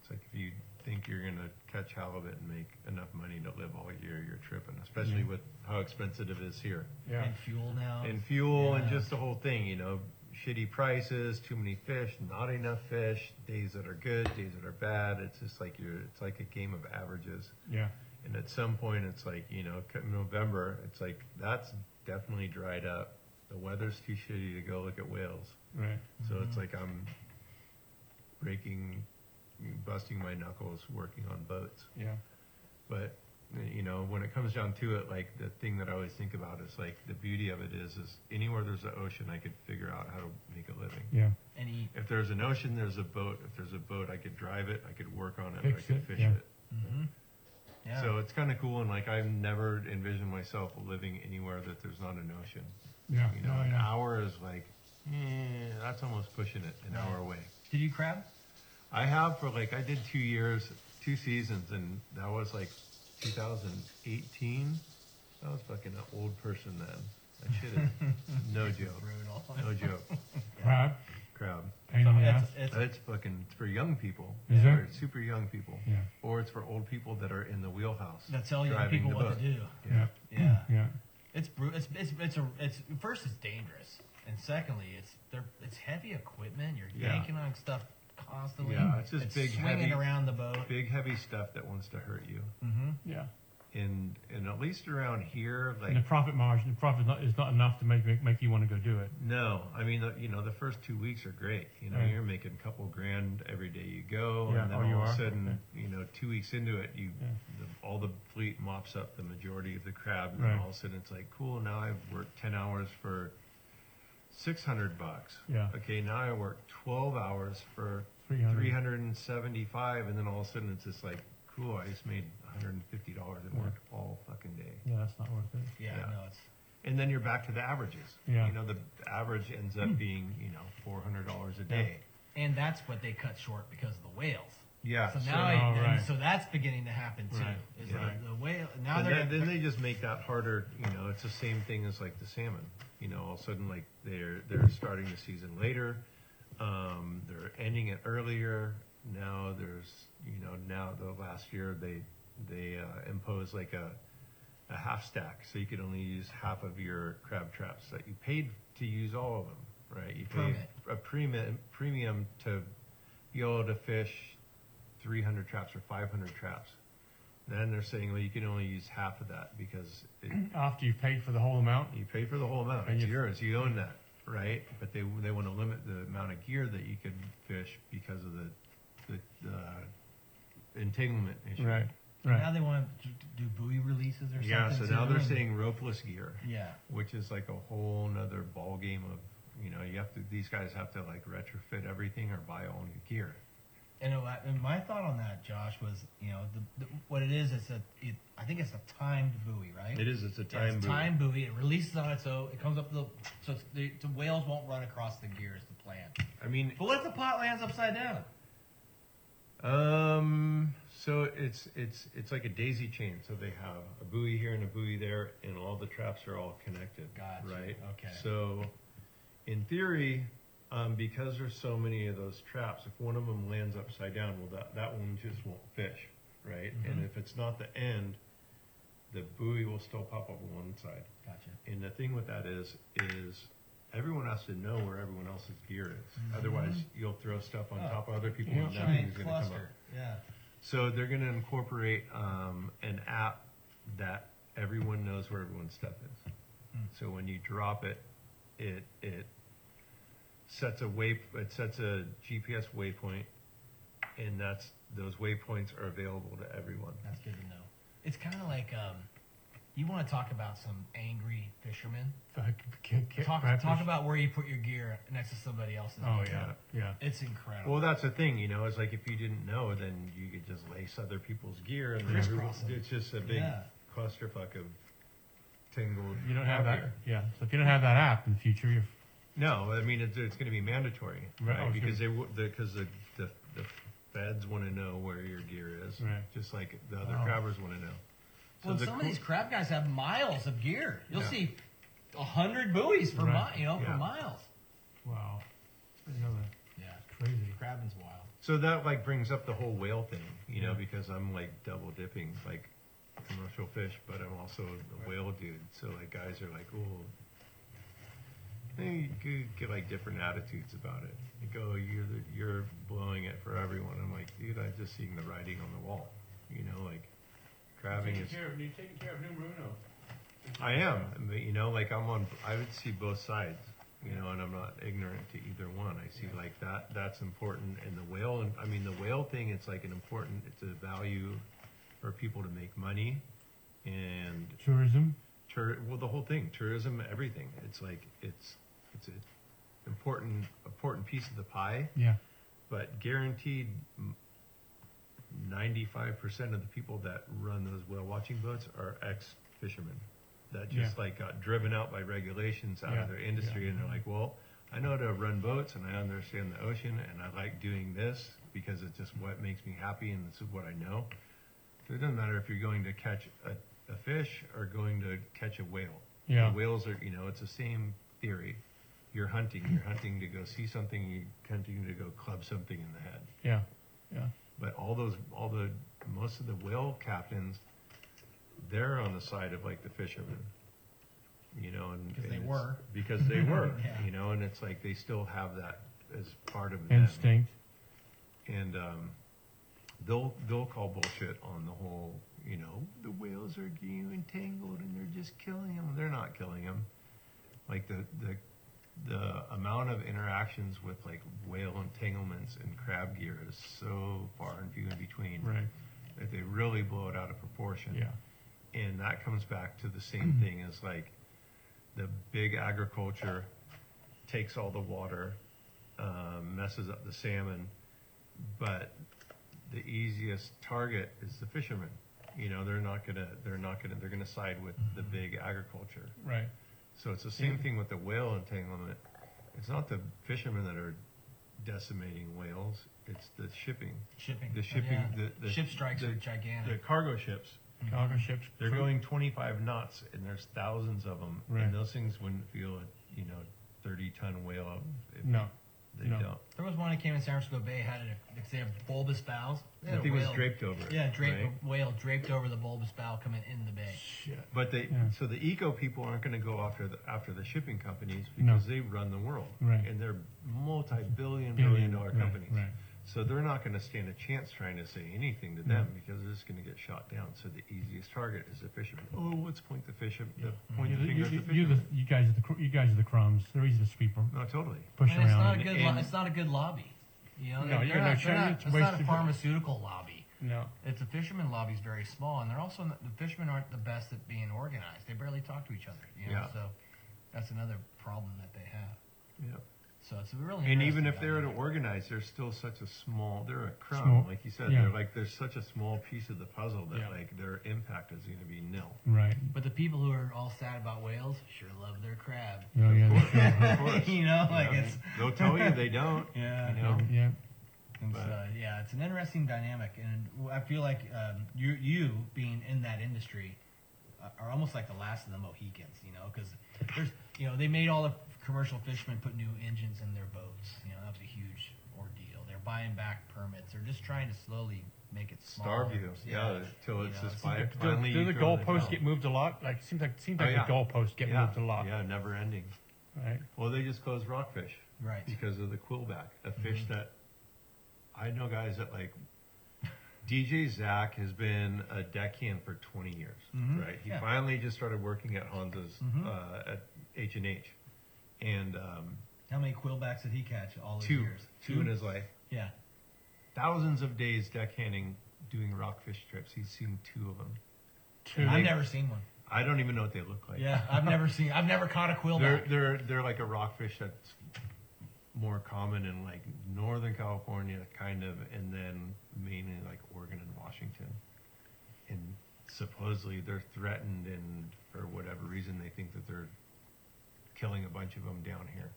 [SPEAKER 3] It's like if you think you're going to catch halibut and make enough money to live all year, you're tripping, especially with how expensive it is here
[SPEAKER 2] Yeah.
[SPEAKER 1] And fuel now.
[SPEAKER 3] and fuel and
[SPEAKER 1] Yeah.
[SPEAKER 3] just the whole thing, you know, shitty prices, too many fish, not enough fish, days that are good, days that are bad. It's just like you're, it's like a game of averages.
[SPEAKER 2] yeah.
[SPEAKER 3] And at some point, it's like, you know, come November, it's like, that's definitely dried up. The weather's too shitty to go look at whales.
[SPEAKER 2] Right.
[SPEAKER 3] So it's like I'm breaking, busting my knuckles working on boats.
[SPEAKER 2] Yeah.
[SPEAKER 3] But you know, when it comes down to it, like the thing that I always think about is like the beauty of it is, is anywhere there's an ocean, I could figure out how to make a living.
[SPEAKER 2] Yeah.
[SPEAKER 1] and eat.
[SPEAKER 3] If there's an ocean, there's a boat. If there's a boat, I could drive it. I could work on it. I
[SPEAKER 2] Fix
[SPEAKER 3] could
[SPEAKER 2] it,
[SPEAKER 3] fish
[SPEAKER 2] yeah.
[SPEAKER 3] it.
[SPEAKER 1] Mm-hmm. Yeah.
[SPEAKER 3] So it's kind of cool. And like I've never envisioned myself living anywhere that there's not an ocean.
[SPEAKER 2] Yeah.
[SPEAKER 3] You know,
[SPEAKER 2] no,
[SPEAKER 3] an
[SPEAKER 2] yeah.
[SPEAKER 3] hour is like, eh, that's almost pushing it. An hour away.
[SPEAKER 1] Did you crab?
[SPEAKER 3] I have for like I did two years, two seasons, and that was like 2018. I was fucking an old person then. I should have. no joke.
[SPEAKER 1] Brutal.
[SPEAKER 3] No joke.
[SPEAKER 2] Crab.
[SPEAKER 3] Crab.
[SPEAKER 2] Pain in the
[SPEAKER 1] It's-
[SPEAKER 2] ass.
[SPEAKER 1] it's-
[SPEAKER 3] It's fucking it's for young people.
[SPEAKER 2] Is
[SPEAKER 3] For
[SPEAKER 2] it?
[SPEAKER 3] super young people.
[SPEAKER 2] Yeah.
[SPEAKER 3] Or it's for old people that are in the wheelhouse.
[SPEAKER 1] that's all young
[SPEAKER 3] driving
[SPEAKER 1] people
[SPEAKER 3] the
[SPEAKER 1] what
[SPEAKER 3] boat.
[SPEAKER 1] to do.
[SPEAKER 2] Yeah.
[SPEAKER 1] Yeah.
[SPEAKER 2] Yeah.
[SPEAKER 1] It's brutal. It's, it's it's a it's first it's dangerous, and secondly it's they're it's heavy equipment. You're
[SPEAKER 3] Yeah.
[SPEAKER 1] yanking on stuff constantly.
[SPEAKER 3] Yeah, it's just big,
[SPEAKER 1] swinging
[SPEAKER 3] heavy-
[SPEAKER 1] around the boat.
[SPEAKER 3] Big heavy stuff that wants to hurt you.
[SPEAKER 1] Mm-hmm.
[SPEAKER 2] Yeah.
[SPEAKER 3] And and at least around here, like
[SPEAKER 2] And the profit margin, the profit not, is not enough to make make, make you want to go do it.
[SPEAKER 3] No, I mean, the- you know, the first two weeks are great. You know,
[SPEAKER 2] Right.
[SPEAKER 3] you're making a couple grand every day you go,
[SPEAKER 2] Mm. Yeah,
[SPEAKER 3] and then
[SPEAKER 2] oh,
[SPEAKER 3] all
[SPEAKER 2] you
[SPEAKER 3] of a
[SPEAKER 2] are?
[SPEAKER 3] sudden, you know, two weeks into it, you
[SPEAKER 2] Yeah.
[SPEAKER 3] the, all the fleet mops up the majority of the crab, and
[SPEAKER 2] Right.
[SPEAKER 3] all of a sudden it's like, cool, now I've worked ten hours for six hundred bucks.
[SPEAKER 2] Yeah.
[SPEAKER 3] Okay, now I work twelve hours for
[SPEAKER 2] 300.
[SPEAKER 3] three hundred and seventy-five, and then all of a sudden it's just like, cool, I just made one hundred and fifty dollars and
[SPEAKER 2] Yeah.
[SPEAKER 3] worked all fucking day
[SPEAKER 2] Yeah, that's not worth it.
[SPEAKER 1] Yeah,
[SPEAKER 3] Yeah.
[SPEAKER 1] no, it's
[SPEAKER 3] and then you're back to the averages.
[SPEAKER 2] Yeah.
[SPEAKER 3] You know, the average ends up being, you know, four hundred dollars a day.
[SPEAKER 1] and that's what they cut short because of the whales.
[SPEAKER 3] Yeah.
[SPEAKER 1] So
[SPEAKER 3] so-
[SPEAKER 1] now,
[SPEAKER 2] oh,
[SPEAKER 1] and
[SPEAKER 2] right.
[SPEAKER 1] so that's beginning to happen too.
[SPEAKER 2] Right,
[SPEAKER 1] Is
[SPEAKER 3] right.
[SPEAKER 1] the, the whale now
[SPEAKER 3] and
[SPEAKER 1] they're
[SPEAKER 3] then,
[SPEAKER 1] gonna-
[SPEAKER 3] then they just make that harder. You know, it's the same thing as like the salmon. You know, all of a sudden, like they're they're starting the season later. Um, they're ending it earlier. Now there's, you know, now the last year they they uh, imposed like a a half stack, so you could only use half of your crab traps that you paid to use all of them, right? You paid
[SPEAKER 1] Permit.
[SPEAKER 3] a premium premium to be able to fish 300 traps or 500 traps. Then they're saying, well, you can only use half of that because it,
[SPEAKER 2] After you've paid for the whole amount.
[SPEAKER 3] you paid for the whole amount.
[SPEAKER 2] And
[SPEAKER 3] It's
[SPEAKER 2] you-
[SPEAKER 3] yours. You own that right? But they they want to limit the amount of gear that you can fish because of the the uh, entanglement issue.
[SPEAKER 2] Right.
[SPEAKER 1] Now
[SPEAKER 2] Right.
[SPEAKER 1] they want to do buoy releases or
[SPEAKER 3] Yeah. So
[SPEAKER 1] something.
[SPEAKER 3] now
[SPEAKER 1] too,
[SPEAKER 3] they're
[SPEAKER 1] and-
[SPEAKER 3] saying ropeless gear,
[SPEAKER 1] Yeah.
[SPEAKER 3] which is like a whole nother ball game of you know you have to these guys have to like retrofit everything or buy all new gear.
[SPEAKER 1] And, it, and my thought on that, Josh, was you know the, the, what it is. It's a it, I think it's a timed buoy, right?
[SPEAKER 3] It is. It's a
[SPEAKER 1] Yeah,
[SPEAKER 3] time.
[SPEAKER 1] it's a
[SPEAKER 3] boom.
[SPEAKER 1] time buoy. It releases on its own. It comes up the so it's, the, the whales won't run across the gear is the plan.
[SPEAKER 3] I mean,
[SPEAKER 1] But what if the pot lands upside down?
[SPEAKER 3] Um. So it's it's it's like a daisy chain. So they have a buoy here and a buoy there, and all the traps are all connected.
[SPEAKER 1] Gotcha.
[SPEAKER 3] Right.
[SPEAKER 1] Okay.
[SPEAKER 3] So, in theory, um, because there's so many of those traps, if one of them lands upside down, well, that that one just won't fish, right?
[SPEAKER 1] Mm-hmm.
[SPEAKER 3] And if it's not the end, the buoy will still pop up on one side.
[SPEAKER 1] Gotcha.
[SPEAKER 3] And the thing with that is, is everyone has to know where everyone else's gear is. Otherwise, you'll throw stuff on
[SPEAKER 1] Mm-hmm. Oh.
[SPEAKER 3] top of other people, and nothing's
[SPEAKER 1] Giant
[SPEAKER 3] going to come up.
[SPEAKER 1] cluster. Yeah.
[SPEAKER 3] So they're going to incorporate um, an app that everyone knows where everyone's stuff is.
[SPEAKER 2] Hmm.
[SPEAKER 3] So when you drop it, it it sets a way it sets a GPS waypoint, and that's those waypoints are available to everyone.
[SPEAKER 1] That's good to know. It's kind of like um, you want to talk about some angry fishermen. Talk talk about where you put your gear next to somebody else's.
[SPEAKER 2] Oh
[SPEAKER 1] gear.
[SPEAKER 2] yeah. Yeah.
[SPEAKER 1] It's incredible.
[SPEAKER 3] Well, that's the thing, you know. It's like if you didn't know, then you could just lace other people's gear, and then everyone,
[SPEAKER 1] Crisscross 'em.
[SPEAKER 3] it's just a big
[SPEAKER 1] Yeah.
[SPEAKER 3] clusterfuck of tangled.
[SPEAKER 2] You don't have that.
[SPEAKER 3] outgear.
[SPEAKER 2] Yeah. So if you don't have that app in the future, you're
[SPEAKER 3] No, I mean it's, it's going to be mandatory,
[SPEAKER 2] Right,
[SPEAKER 3] right?
[SPEAKER 2] oh, it's
[SPEAKER 3] because they w- the because the, the the feds want to know where your gear is,
[SPEAKER 2] Right. Oh.
[SPEAKER 3] just like the other
[SPEAKER 2] Wow.
[SPEAKER 3] crabbers want to know.
[SPEAKER 1] Well,
[SPEAKER 3] the
[SPEAKER 1] some
[SPEAKER 3] cool-
[SPEAKER 1] of these crab guys have miles of gear. You'll
[SPEAKER 3] Yeah.
[SPEAKER 1] see a hundred buoys for
[SPEAKER 2] Right.
[SPEAKER 1] mi- you know
[SPEAKER 3] Yeah.
[SPEAKER 1] for miles.
[SPEAKER 2] wow. I didn't know that.
[SPEAKER 1] Yeah,
[SPEAKER 2] Crazy.
[SPEAKER 1] crabbing's wild.
[SPEAKER 3] so that like brings up the whole whale thing, you know, because I'm like double dipping, like commercial fish, but I'm also a whale dude. So like guys are like, oh, they could get like different attitudes about it. Like, oh, you're the, you're blowing it for everyone. I'm like, dude, I'm just seeing the writing on the wall, you know, like crabbing
[SPEAKER 7] Taking
[SPEAKER 3] is
[SPEAKER 7] care of, you're taking care of New Bruno.
[SPEAKER 3] I am, but you know, like I'm on. I would see both sides, you know, and I'm not ignorant to either one. I see like that. That's important, and the whale. And I mean, the whale thing. It's like an important. It's a value for people to make money, and
[SPEAKER 2] Tourism.
[SPEAKER 3] tur- well, the whole thing, tourism, everything. It's like it's it's an important important piece of the pie,
[SPEAKER 2] Yeah.
[SPEAKER 3] but guaranteed. m- 95% of the people that run those whale watching boats are ex fishermen that just
[SPEAKER 2] Yeah.
[SPEAKER 3] like got driven out by regulations out
[SPEAKER 2] Yeah,
[SPEAKER 3] of their industry and they're like, well, I know how to run boats and I understand the ocean and I like doing this because it's just what makes me happy and this is what I know. So it doesn't matter if you're going to catch a, a fish or going to catch a whale.
[SPEAKER 2] Yeah.
[SPEAKER 3] The whales are, you know, it's the same theory. You're hunting, you're hunting to go see something, you're hunting to go club something in the head.
[SPEAKER 2] Yeah. Yeah.
[SPEAKER 3] But all those, all the, most of the whale captains, they're on the side of like the fishermen, you know, and
[SPEAKER 1] Because they
[SPEAKER 3] and it's-
[SPEAKER 1] were.
[SPEAKER 3] because they were,
[SPEAKER 1] Yeah.
[SPEAKER 3] you know, and it's like they still have that as part of them.
[SPEAKER 2] Instinct.
[SPEAKER 3] and um, they'll they'll call bullshit on the whole, you know, the whales are getting entangled and they're just killing them. They're not killing them. Like the the the amount of interactions with like whale entanglements and crab gear is so far and few in between
[SPEAKER 2] Right.
[SPEAKER 3] that they really blow it out of proportion.
[SPEAKER 2] Yeah.
[SPEAKER 3] And that comes back to
[SPEAKER 1] Mm-hmm.
[SPEAKER 3] the same thing as like the big agriculture takes all the water, um, messes up the salmon, but the easiest target is the fishermen. You know, they're not gonna, they're not gonna, they're gonna side with the
[SPEAKER 1] Mm-hmm.
[SPEAKER 3] big agriculture.
[SPEAKER 2] Right.
[SPEAKER 3] So it's the same thing with the whale entanglement. It's not the fishermen that are decimating whales; it's the shipping,
[SPEAKER 1] Shipping.
[SPEAKER 3] the shipping,
[SPEAKER 1] Oh, Yeah.
[SPEAKER 3] the, the
[SPEAKER 1] ship strikes
[SPEAKER 3] the-
[SPEAKER 1] are
[SPEAKER 3] the
[SPEAKER 1] gigantic.
[SPEAKER 3] cargo ships.
[SPEAKER 2] Cargo ships.
[SPEAKER 3] Mm-hmm. They're going 25 knots, and there's thousands of them.
[SPEAKER 2] Right.
[SPEAKER 3] And those things wouldn't feel, a, you know, 30 ton whale. up If
[SPEAKER 2] No.
[SPEAKER 3] they
[SPEAKER 2] no.
[SPEAKER 3] don't.
[SPEAKER 1] there was one that came in San Francisco Bay had it. They have bulbous bows. They
[SPEAKER 3] I
[SPEAKER 1] had a
[SPEAKER 3] think it was
[SPEAKER 1] whale-
[SPEAKER 3] draped over. it,
[SPEAKER 1] Yeah, draped
[SPEAKER 3] right?
[SPEAKER 1] whale draped over the bulbous bow coming in the bay.
[SPEAKER 2] Shit.
[SPEAKER 3] But they,
[SPEAKER 2] Yeah.
[SPEAKER 3] so the eco people aren't going to go after the after the shipping companies
[SPEAKER 2] No.
[SPEAKER 3] because they run the world,
[SPEAKER 2] Right.
[SPEAKER 3] and they're multi-billion
[SPEAKER 2] Billion,
[SPEAKER 3] dollar
[SPEAKER 2] right,
[SPEAKER 3] companies.
[SPEAKER 2] right.
[SPEAKER 3] So they're not going to stand a chance trying to say anything to them because they're just going to get shot down. So the easiest target is the fisherman. Oh, let's point the fisherman. The, point
[SPEAKER 2] You,
[SPEAKER 3] the finger
[SPEAKER 2] you,
[SPEAKER 3] at
[SPEAKER 2] you,
[SPEAKER 3] the
[SPEAKER 2] you, the,
[SPEAKER 3] fisherman.
[SPEAKER 2] you guys are the cr- you guys are the crumbs. They're easy to sweep or
[SPEAKER 3] no, totally.
[SPEAKER 2] push
[SPEAKER 1] And it's
[SPEAKER 2] around.
[SPEAKER 1] not a good. Lo-
[SPEAKER 3] And-
[SPEAKER 1] it's not a good lobby. You know,
[SPEAKER 2] No,
[SPEAKER 1] they're-
[SPEAKER 2] you're
[SPEAKER 1] they're
[SPEAKER 2] not
[SPEAKER 1] not.
[SPEAKER 2] sure.
[SPEAKER 1] They're not
[SPEAKER 2] It's
[SPEAKER 1] it's not a
[SPEAKER 2] wasted-
[SPEAKER 1] pharmaceutical lobby.
[SPEAKER 2] no.
[SPEAKER 1] It's a fisherman lobby is very small, and they're also not, the fishermen aren't the best at being organized. They barely talk to each other. You know,
[SPEAKER 3] Yeah.
[SPEAKER 1] so that's another problem that they have.
[SPEAKER 3] Yeah.
[SPEAKER 1] So it's a really
[SPEAKER 3] And even
[SPEAKER 1] interesting
[SPEAKER 3] if they were to
[SPEAKER 1] dynamic.
[SPEAKER 3] organize, they're still such a small. They're a crumb,
[SPEAKER 2] Small,
[SPEAKER 3] like you said.
[SPEAKER 2] yeah.
[SPEAKER 3] They're like there's such a small piece of the puzzle that
[SPEAKER 2] Yeah.
[SPEAKER 3] like their impact is going to be nil.
[SPEAKER 2] Right.
[SPEAKER 1] but the people who are all sad about whales sure love their crab.
[SPEAKER 2] Oh, yeah. that's true.
[SPEAKER 3] Of course.
[SPEAKER 1] you know, like
[SPEAKER 3] Yeah.
[SPEAKER 1] it's
[SPEAKER 3] They'll tell you they don't.
[SPEAKER 1] yeah.
[SPEAKER 3] You know?
[SPEAKER 2] Yeah.
[SPEAKER 1] And
[SPEAKER 3] But-
[SPEAKER 1] so, yeah, it's an interesting dynamic, and I feel like um, you you being in that industry uh, are almost like the last of the Mohicans, you know, because there's you know they made all the commercial fishermen put new engines in their boats, you know, that was a huge ordeal. They're buying back permits. They're just trying to slowly make it smaller.
[SPEAKER 3] Starve you. Yeah, till
[SPEAKER 1] You
[SPEAKER 3] it's
[SPEAKER 1] know,
[SPEAKER 3] just
[SPEAKER 1] it's
[SPEAKER 3] fi-
[SPEAKER 2] Do,
[SPEAKER 3] finally.
[SPEAKER 2] do
[SPEAKER 3] you
[SPEAKER 2] the
[SPEAKER 3] throw in
[SPEAKER 2] goalposts
[SPEAKER 3] towel.
[SPEAKER 2] get moved a lot? Like seems like seems
[SPEAKER 3] Oh,
[SPEAKER 2] like
[SPEAKER 3] yeah.
[SPEAKER 2] the goalposts get
[SPEAKER 3] yeah.
[SPEAKER 2] moved a lot.
[SPEAKER 3] Yeah, never ending.
[SPEAKER 2] Right.
[SPEAKER 3] Well, they just closed rockfish
[SPEAKER 1] right.
[SPEAKER 3] because of the quillback, a fish
[SPEAKER 1] Mm-hmm.
[SPEAKER 3] that I know guys that like. DJ Zach has been a deckhand for 20 years,
[SPEAKER 1] Mhm.
[SPEAKER 3] right? He
[SPEAKER 1] Yeah.
[SPEAKER 3] finally just started working at Hansa's
[SPEAKER 1] Mhm.
[SPEAKER 3] uh, at H and H, and um,
[SPEAKER 1] How many quillbacks did he catch all those
[SPEAKER 3] two,
[SPEAKER 1] years? Mm-hmm.
[SPEAKER 3] two in his life,
[SPEAKER 1] Yeah.
[SPEAKER 3] thousands of days deckhanding, doing rockfish trips. He's seen two of them.
[SPEAKER 2] Two.
[SPEAKER 1] I've never seen one.
[SPEAKER 3] I don't even know what they look like.
[SPEAKER 1] Yeah, I've never seen. I've never caught a
[SPEAKER 3] They're
[SPEAKER 1] quillback.
[SPEAKER 3] they're they're like a rockfish that's more common in like northern California, kind of, and then mainly like Oregon and Washington. And supposedly they're threatened, and for whatever reason, they think that they're killing a bunch of them down here.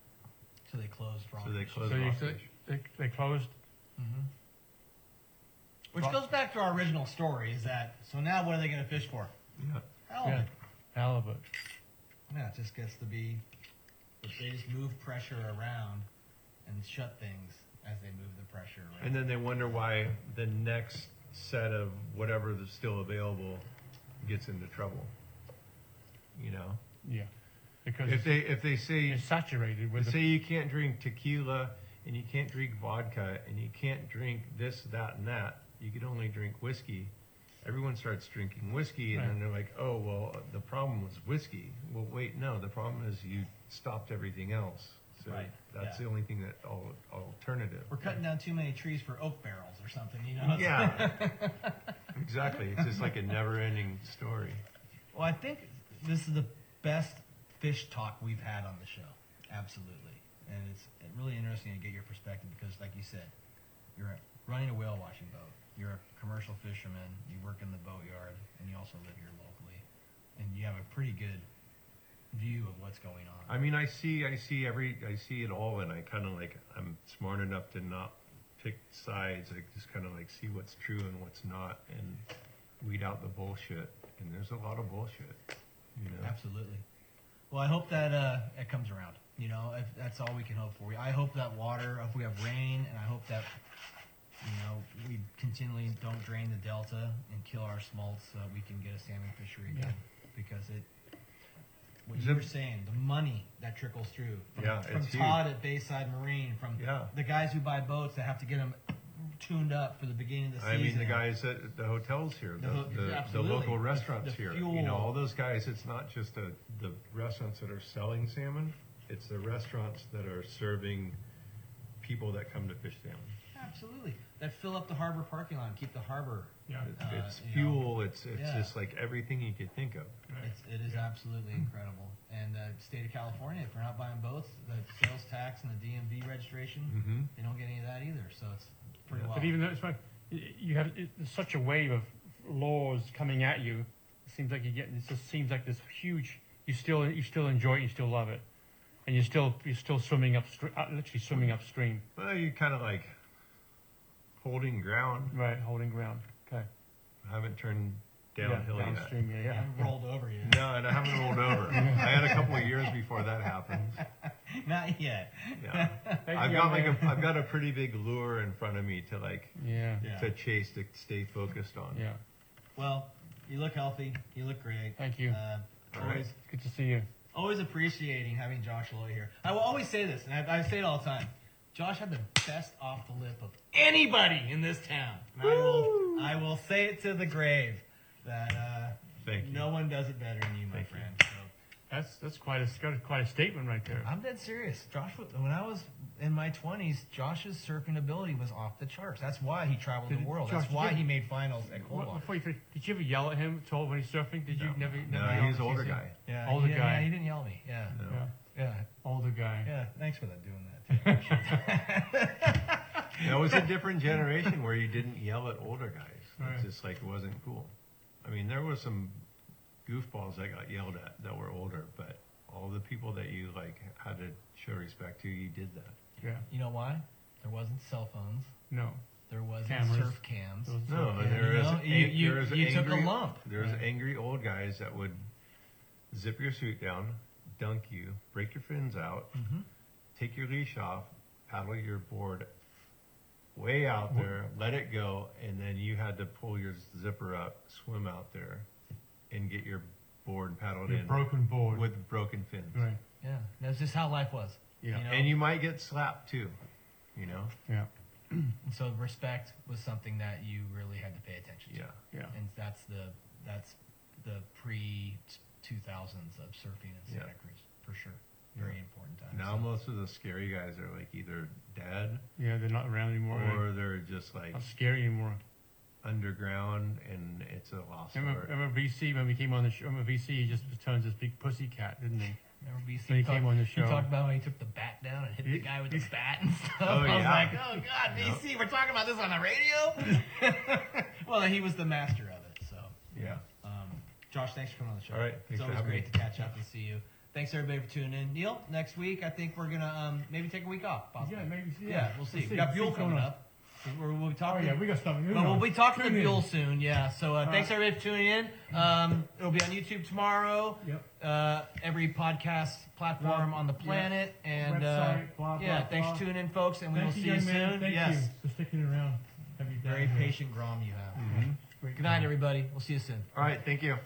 [SPEAKER 1] So they closed.
[SPEAKER 3] So they
[SPEAKER 1] rockfish.
[SPEAKER 3] close
[SPEAKER 2] So you
[SPEAKER 3] rockfish.
[SPEAKER 2] they, they closed.
[SPEAKER 3] Mm-hmm.
[SPEAKER 1] Which goes back to our original story is that, so now what are they going to fish for?
[SPEAKER 3] Yeah.
[SPEAKER 2] Oh.
[SPEAKER 1] Halibut.
[SPEAKER 2] Halibut.
[SPEAKER 1] Yeah. it just gets to be, if they just move pressure around and shut things as they move the pressure around.
[SPEAKER 3] And then they wonder why the next set of whatever that's still available gets into trouble. You know,
[SPEAKER 2] Yeah. Because
[SPEAKER 3] if
[SPEAKER 2] it's,
[SPEAKER 3] they if they say
[SPEAKER 2] it's saturated with.
[SPEAKER 3] say you can't drink tequila and you can't drink vodka and you can't drink this that and that, you could only drink whiskey. Everyone starts drinking whiskey and
[SPEAKER 2] Right.
[SPEAKER 3] then they're like, "Oh well, the problem was whiskey." Well, wait, no, the problem is you stopped everything else. So
[SPEAKER 1] Right,
[SPEAKER 3] that's
[SPEAKER 1] yeah.
[SPEAKER 3] the only thing that al- alternative.
[SPEAKER 1] We're cutting down too many trees for oak barrels or something, you know?
[SPEAKER 3] Yeah. exactly. It's just like a never ending story.
[SPEAKER 1] Well, I think this is the best fish talk we've had on the show. Absolutely. And it's really interesting to get your perspective because, like you said, you're a- running a whale watching boat, you're a commercial fisherman, you work in the boatyard, and you also live here locally. And you have a pretty good view of what's going on.
[SPEAKER 3] I mean, I see, I see every, I see it all, and I kind of like, I'm smart enough to not pick sides. I just kind of like see what's true and what's not, and weed out the bullshit. And there's a lot of bullshit, you know.
[SPEAKER 1] Absolutely. Well, I hope that uh, it comes around. You know, if that's all we can hope for. I hope that water, if we have rain, and I hope that, you know, we continually don't drain the delta and kill our smolts so that we can get a salmon fishery again. Because it, what you
[SPEAKER 3] Zip.
[SPEAKER 1] were saying, the money that trickles through from,
[SPEAKER 3] Yeah,
[SPEAKER 1] from
[SPEAKER 3] it's huge.
[SPEAKER 1] Todd at Bayside Marine, from
[SPEAKER 3] Yeah.
[SPEAKER 1] the guys who buy boats that have to get them tuned up for the beginning of the
[SPEAKER 3] I
[SPEAKER 1] season.
[SPEAKER 3] mean, the guys at the hotels here,
[SPEAKER 1] The
[SPEAKER 3] the,
[SPEAKER 1] ho-
[SPEAKER 3] the, the
[SPEAKER 1] absolutely.
[SPEAKER 3] local
[SPEAKER 1] The-
[SPEAKER 3] restaurants
[SPEAKER 1] the
[SPEAKER 3] here, you
[SPEAKER 1] fuel.
[SPEAKER 3] know, all those guys, it's not just the, the restaurants that are selling salmon, it's the restaurants that are serving people that come to fish salmon.
[SPEAKER 1] Absolutely. That fill up the harbor parking lot and keep the harbor
[SPEAKER 2] yeah.
[SPEAKER 3] It's,
[SPEAKER 1] Uh,
[SPEAKER 3] it's
[SPEAKER 1] you know,
[SPEAKER 3] fuel, it's, it's
[SPEAKER 1] yeah.
[SPEAKER 3] just like everything you could think of.
[SPEAKER 1] It's, it is absolutely incredible. And uh, state of California, if you're not buying boats, the sales tax and the DMV registration,
[SPEAKER 2] Mm-hmm.
[SPEAKER 3] Mhm.
[SPEAKER 1] they don't get any of that either. So it's pretty
[SPEAKER 3] Yeah.
[SPEAKER 1] wild.
[SPEAKER 2] But even though it's like y- you have it, there's such a wave of laws coming at you, it seems like you get it just seems like this huge. You still you still enjoy it, you still love it, and you're still you're still swimming upstream, uh, literally swimming upstream,
[SPEAKER 3] Well, you're kind of like holding ground.
[SPEAKER 2] right, holding ground. Okay,
[SPEAKER 3] I haven't turned downhill
[SPEAKER 2] yeah,
[SPEAKER 3] yet.
[SPEAKER 2] downstream, yeah,
[SPEAKER 1] I
[SPEAKER 2] yeah.
[SPEAKER 1] haven't rolled over yet.
[SPEAKER 3] No, and I haven't rolled over. I had a couple of years before that happened.
[SPEAKER 1] Not yet.
[SPEAKER 3] Yeah,
[SPEAKER 2] Thank
[SPEAKER 3] I've
[SPEAKER 2] you,
[SPEAKER 3] got like
[SPEAKER 2] young
[SPEAKER 3] a,
[SPEAKER 2] man.
[SPEAKER 3] I've got a pretty big lure in front of me to like
[SPEAKER 2] yeah, yeah,
[SPEAKER 1] Yeah.
[SPEAKER 3] to chase to stay focused on.
[SPEAKER 1] Well, you look healthy. You look great.
[SPEAKER 2] Thank you.
[SPEAKER 1] Uh,
[SPEAKER 3] All right.
[SPEAKER 1] always,
[SPEAKER 2] Good to see you.
[SPEAKER 1] always appreciating having Josh Loy here. I will always say this, and I, I say it all the time. Josh had the best off the lip of anybody in this town. And I will, I will say it to the grave that uh,
[SPEAKER 3] Thank you.
[SPEAKER 1] no one does it better than you, my
[SPEAKER 2] Thank you.
[SPEAKER 1] friend. So
[SPEAKER 2] That's that's quite a that's quite a statement right there.
[SPEAKER 1] I'm dead serious. Josh, was- when I was in my 20s, Josh's surfing ability was off the charts. That's why he traveled
[SPEAKER 2] Did-
[SPEAKER 1] the world.
[SPEAKER 2] Josh,
[SPEAKER 1] That's
[SPEAKER 2] did
[SPEAKER 1] why
[SPEAKER 2] you-
[SPEAKER 1] he made finals at
[SPEAKER 2] What-
[SPEAKER 1] Coldwater.
[SPEAKER 2] before you finish, did you ever yell at him? Told when he's surfing? Did you
[SPEAKER 3] No.
[SPEAKER 2] never?
[SPEAKER 3] No,
[SPEAKER 2] never
[SPEAKER 3] he
[SPEAKER 2] yell
[SPEAKER 3] was
[SPEAKER 2] at him?
[SPEAKER 3] older guy.
[SPEAKER 1] Yeah,
[SPEAKER 2] Older
[SPEAKER 1] he, didn't-
[SPEAKER 2] guy.
[SPEAKER 1] Yeah, he didn't yell at me. Yeah,
[SPEAKER 3] No.
[SPEAKER 2] Yeah.
[SPEAKER 1] yeah,
[SPEAKER 2] Older guy.
[SPEAKER 1] yeah. Thanks for that doing that. Too. I appreciate that.
[SPEAKER 3] That was a different generation where you didn't yell at older guys.
[SPEAKER 2] Right.
[SPEAKER 3] It's just like it wasn't cool. I mean, there was some goofballs that got yelled at that were older, but all the people that you like had to show respect to, you did that.
[SPEAKER 2] Yeah.
[SPEAKER 1] you know why? There wasn't cell phones.
[SPEAKER 2] No.
[SPEAKER 1] There wasn't
[SPEAKER 2] Cameras.
[SPEAKER 1] surf cams.
[SPEAKER 2] It was-
[SPEAKER 3] No,
[SPEAKER 1] Yeah,
[SPEAKER 3] there
[SPEAKER 1] you
[SPEAKER 3] is
[SPEAKER 1] know,
[SPEAKER 3] an-
[SPEAKER 1] you- you-
[SPEAKER 3] there is
[SPEAKER 1] you took a
[SPEAKER 3] angry-
[SPEAKER 1] lump.
[SPEAKER 3] There was
[SPEAKER 1] Right.
[SPEAKER 3] angry old guys that would zip your suit down, dunk you, break your fins out,
[SPEAKER 1] Mhm.
[SPEAKER 3] take your leash off, paddle your board way out there, let it go, and then you had to pull your zipper up, swim out there, and get your board paddled
[SPEAKER 2] Your
[SPEAKER 3] in
[SPEAKER 2] broken board.
[SPEAKER 3] with broken fins.
[SPEAKER 2] right.
[SPEAKER 1] Yeah, that's just how life was.
[SPEAKER 2] Yeah.
[SPEAKER 1] You know?
[SPEAKER 3] And you might get slapped too, you know?
[SPEAKER 2] Yeah.
[SPEAKER 1] And so respect was something that you really had to pay attention to.
[SPEAKER 3] Yeah.
[SPEAKER 2] Yeah.
[SPEAKER 1] And that's the that's the pre two thousands of surfing in Santa
[SPEAKER 3] Yeah.
[SPEAKER 1] Cruz for sure. Very important time.
[SPEAKER 3] Now most of the scary guys are like either dead
[SPEAKER 2] Yeah. They're not around anymore. Or,
[SPEAKER 3] or they're just like
[SPEAKER 2] not scary anymore.
[SPEAKER 3] underground and it's a lost
[SPEAKER 2] I remember,
[SPEAKER 3] art.
[SPEAKER 2] I remember VC when we came on the show. I Remember VC? He just turned this big pussy cat, didn't he?
[SPEAKER 1] remember BC
[SPEAKER 2] When he
[SPEAKER 1] talked-
[SPEAKER 2] came on the
[SPEAKER 1] He
[SPEAKER 2] show.
[SPEAKER 1] talked about when he took the bat down and hit the
[SPEAKER 2] He-
[SPEAKER 1] guy with the bat and stuff.
[SPEAKER 3] Oh,
[SPEAKER 1] I was
[SPEAKER 3] yeah.
[SPEAKER 1] like, oh god,
[SPEAKER 3] Yeah.
[SPEAKER 1] BC, we're talking about this on the radio. well, he was the master of it, so.
[SPEAKER 3] Yeah.
[SPEAKER 1] Um, Josh, thanks for coming on the show.
[SPEAKER 3] All right,
[SPEAKER 1] it's
[SPEAKER 3] thanks for
[SPEAKER 1] always
[SPEAKER 3] having
[SPEAKER 1] great
[SPEAKER 3] me.
[SPEAKER 1] to catch up and see you. Thanks everybody for tuning in. Neil, next week I think we're gonna um, maybe take a week off. Possibly.
[SPEAKER 2] Yeah, maybe-
[SPEAKER 1] Yeah,
[SPEAKER 2] yeah.
[SPEAKER 1] we'll see.
[SPEAKER 2] We'll
[SPEAKER 1] we
[SPEAKER 2] see.
[SPEAKER 1] got Buell
[SPEAKER 2] See what's going
[SPEAKER 1] coming
[SPEAKER 2] on.
[SPEAKER 1] up. We're, we'll be
[SPEAKER 2] Oh
[SPEAKER 1] talking.
[SPEAKER 2] yeah, we got something.
[SPEAKER 1] but we'll be talking
[SPEAKER 2] Tune
[SPEAKER 1] to
[SPEAKER 2] in.
[SPEAKER 1] Buell soon. Yeah. So uh, thanks everybody for tuning in. Um, it'll be on YouTube tomorrow.
[SPEAKER 2] Yep.
[SPEAKER 1] Uh, every podcast platform
[SPEAKER 2] Right.
[SPEAKER 1] on the planet and uh,
[SPEAKER 2] Website, blah,
[SPEAKER 1] yeah,
[SPEAKER 2] blah,
[SPEAKER 1] thanks
[SPEAKER 2] blah.
[SPEAKER 1] for tuning in, folks, and we
[SPEAKER 2] Thank
[SPEAKER 1] will
[SPEAKER 2] you,
[SPEAKER 1] see you
[SPEAKER 2] young
[SPEAKER 1] soon.
[SPEAKER 2] man. Thank
[SPEAKER 1] yes.
[SPEAKER 2] you for sticking around. Have you
[SPEAKER 1] Very
[SPEAKER 2] down here.
[SPEAKER 1] patient Grom you have.
[SPEAKER 2] Great
[SPEAKER 1] Good night, everybody. We'll see you soon.
[SPEAKER 3] All right. Thank you.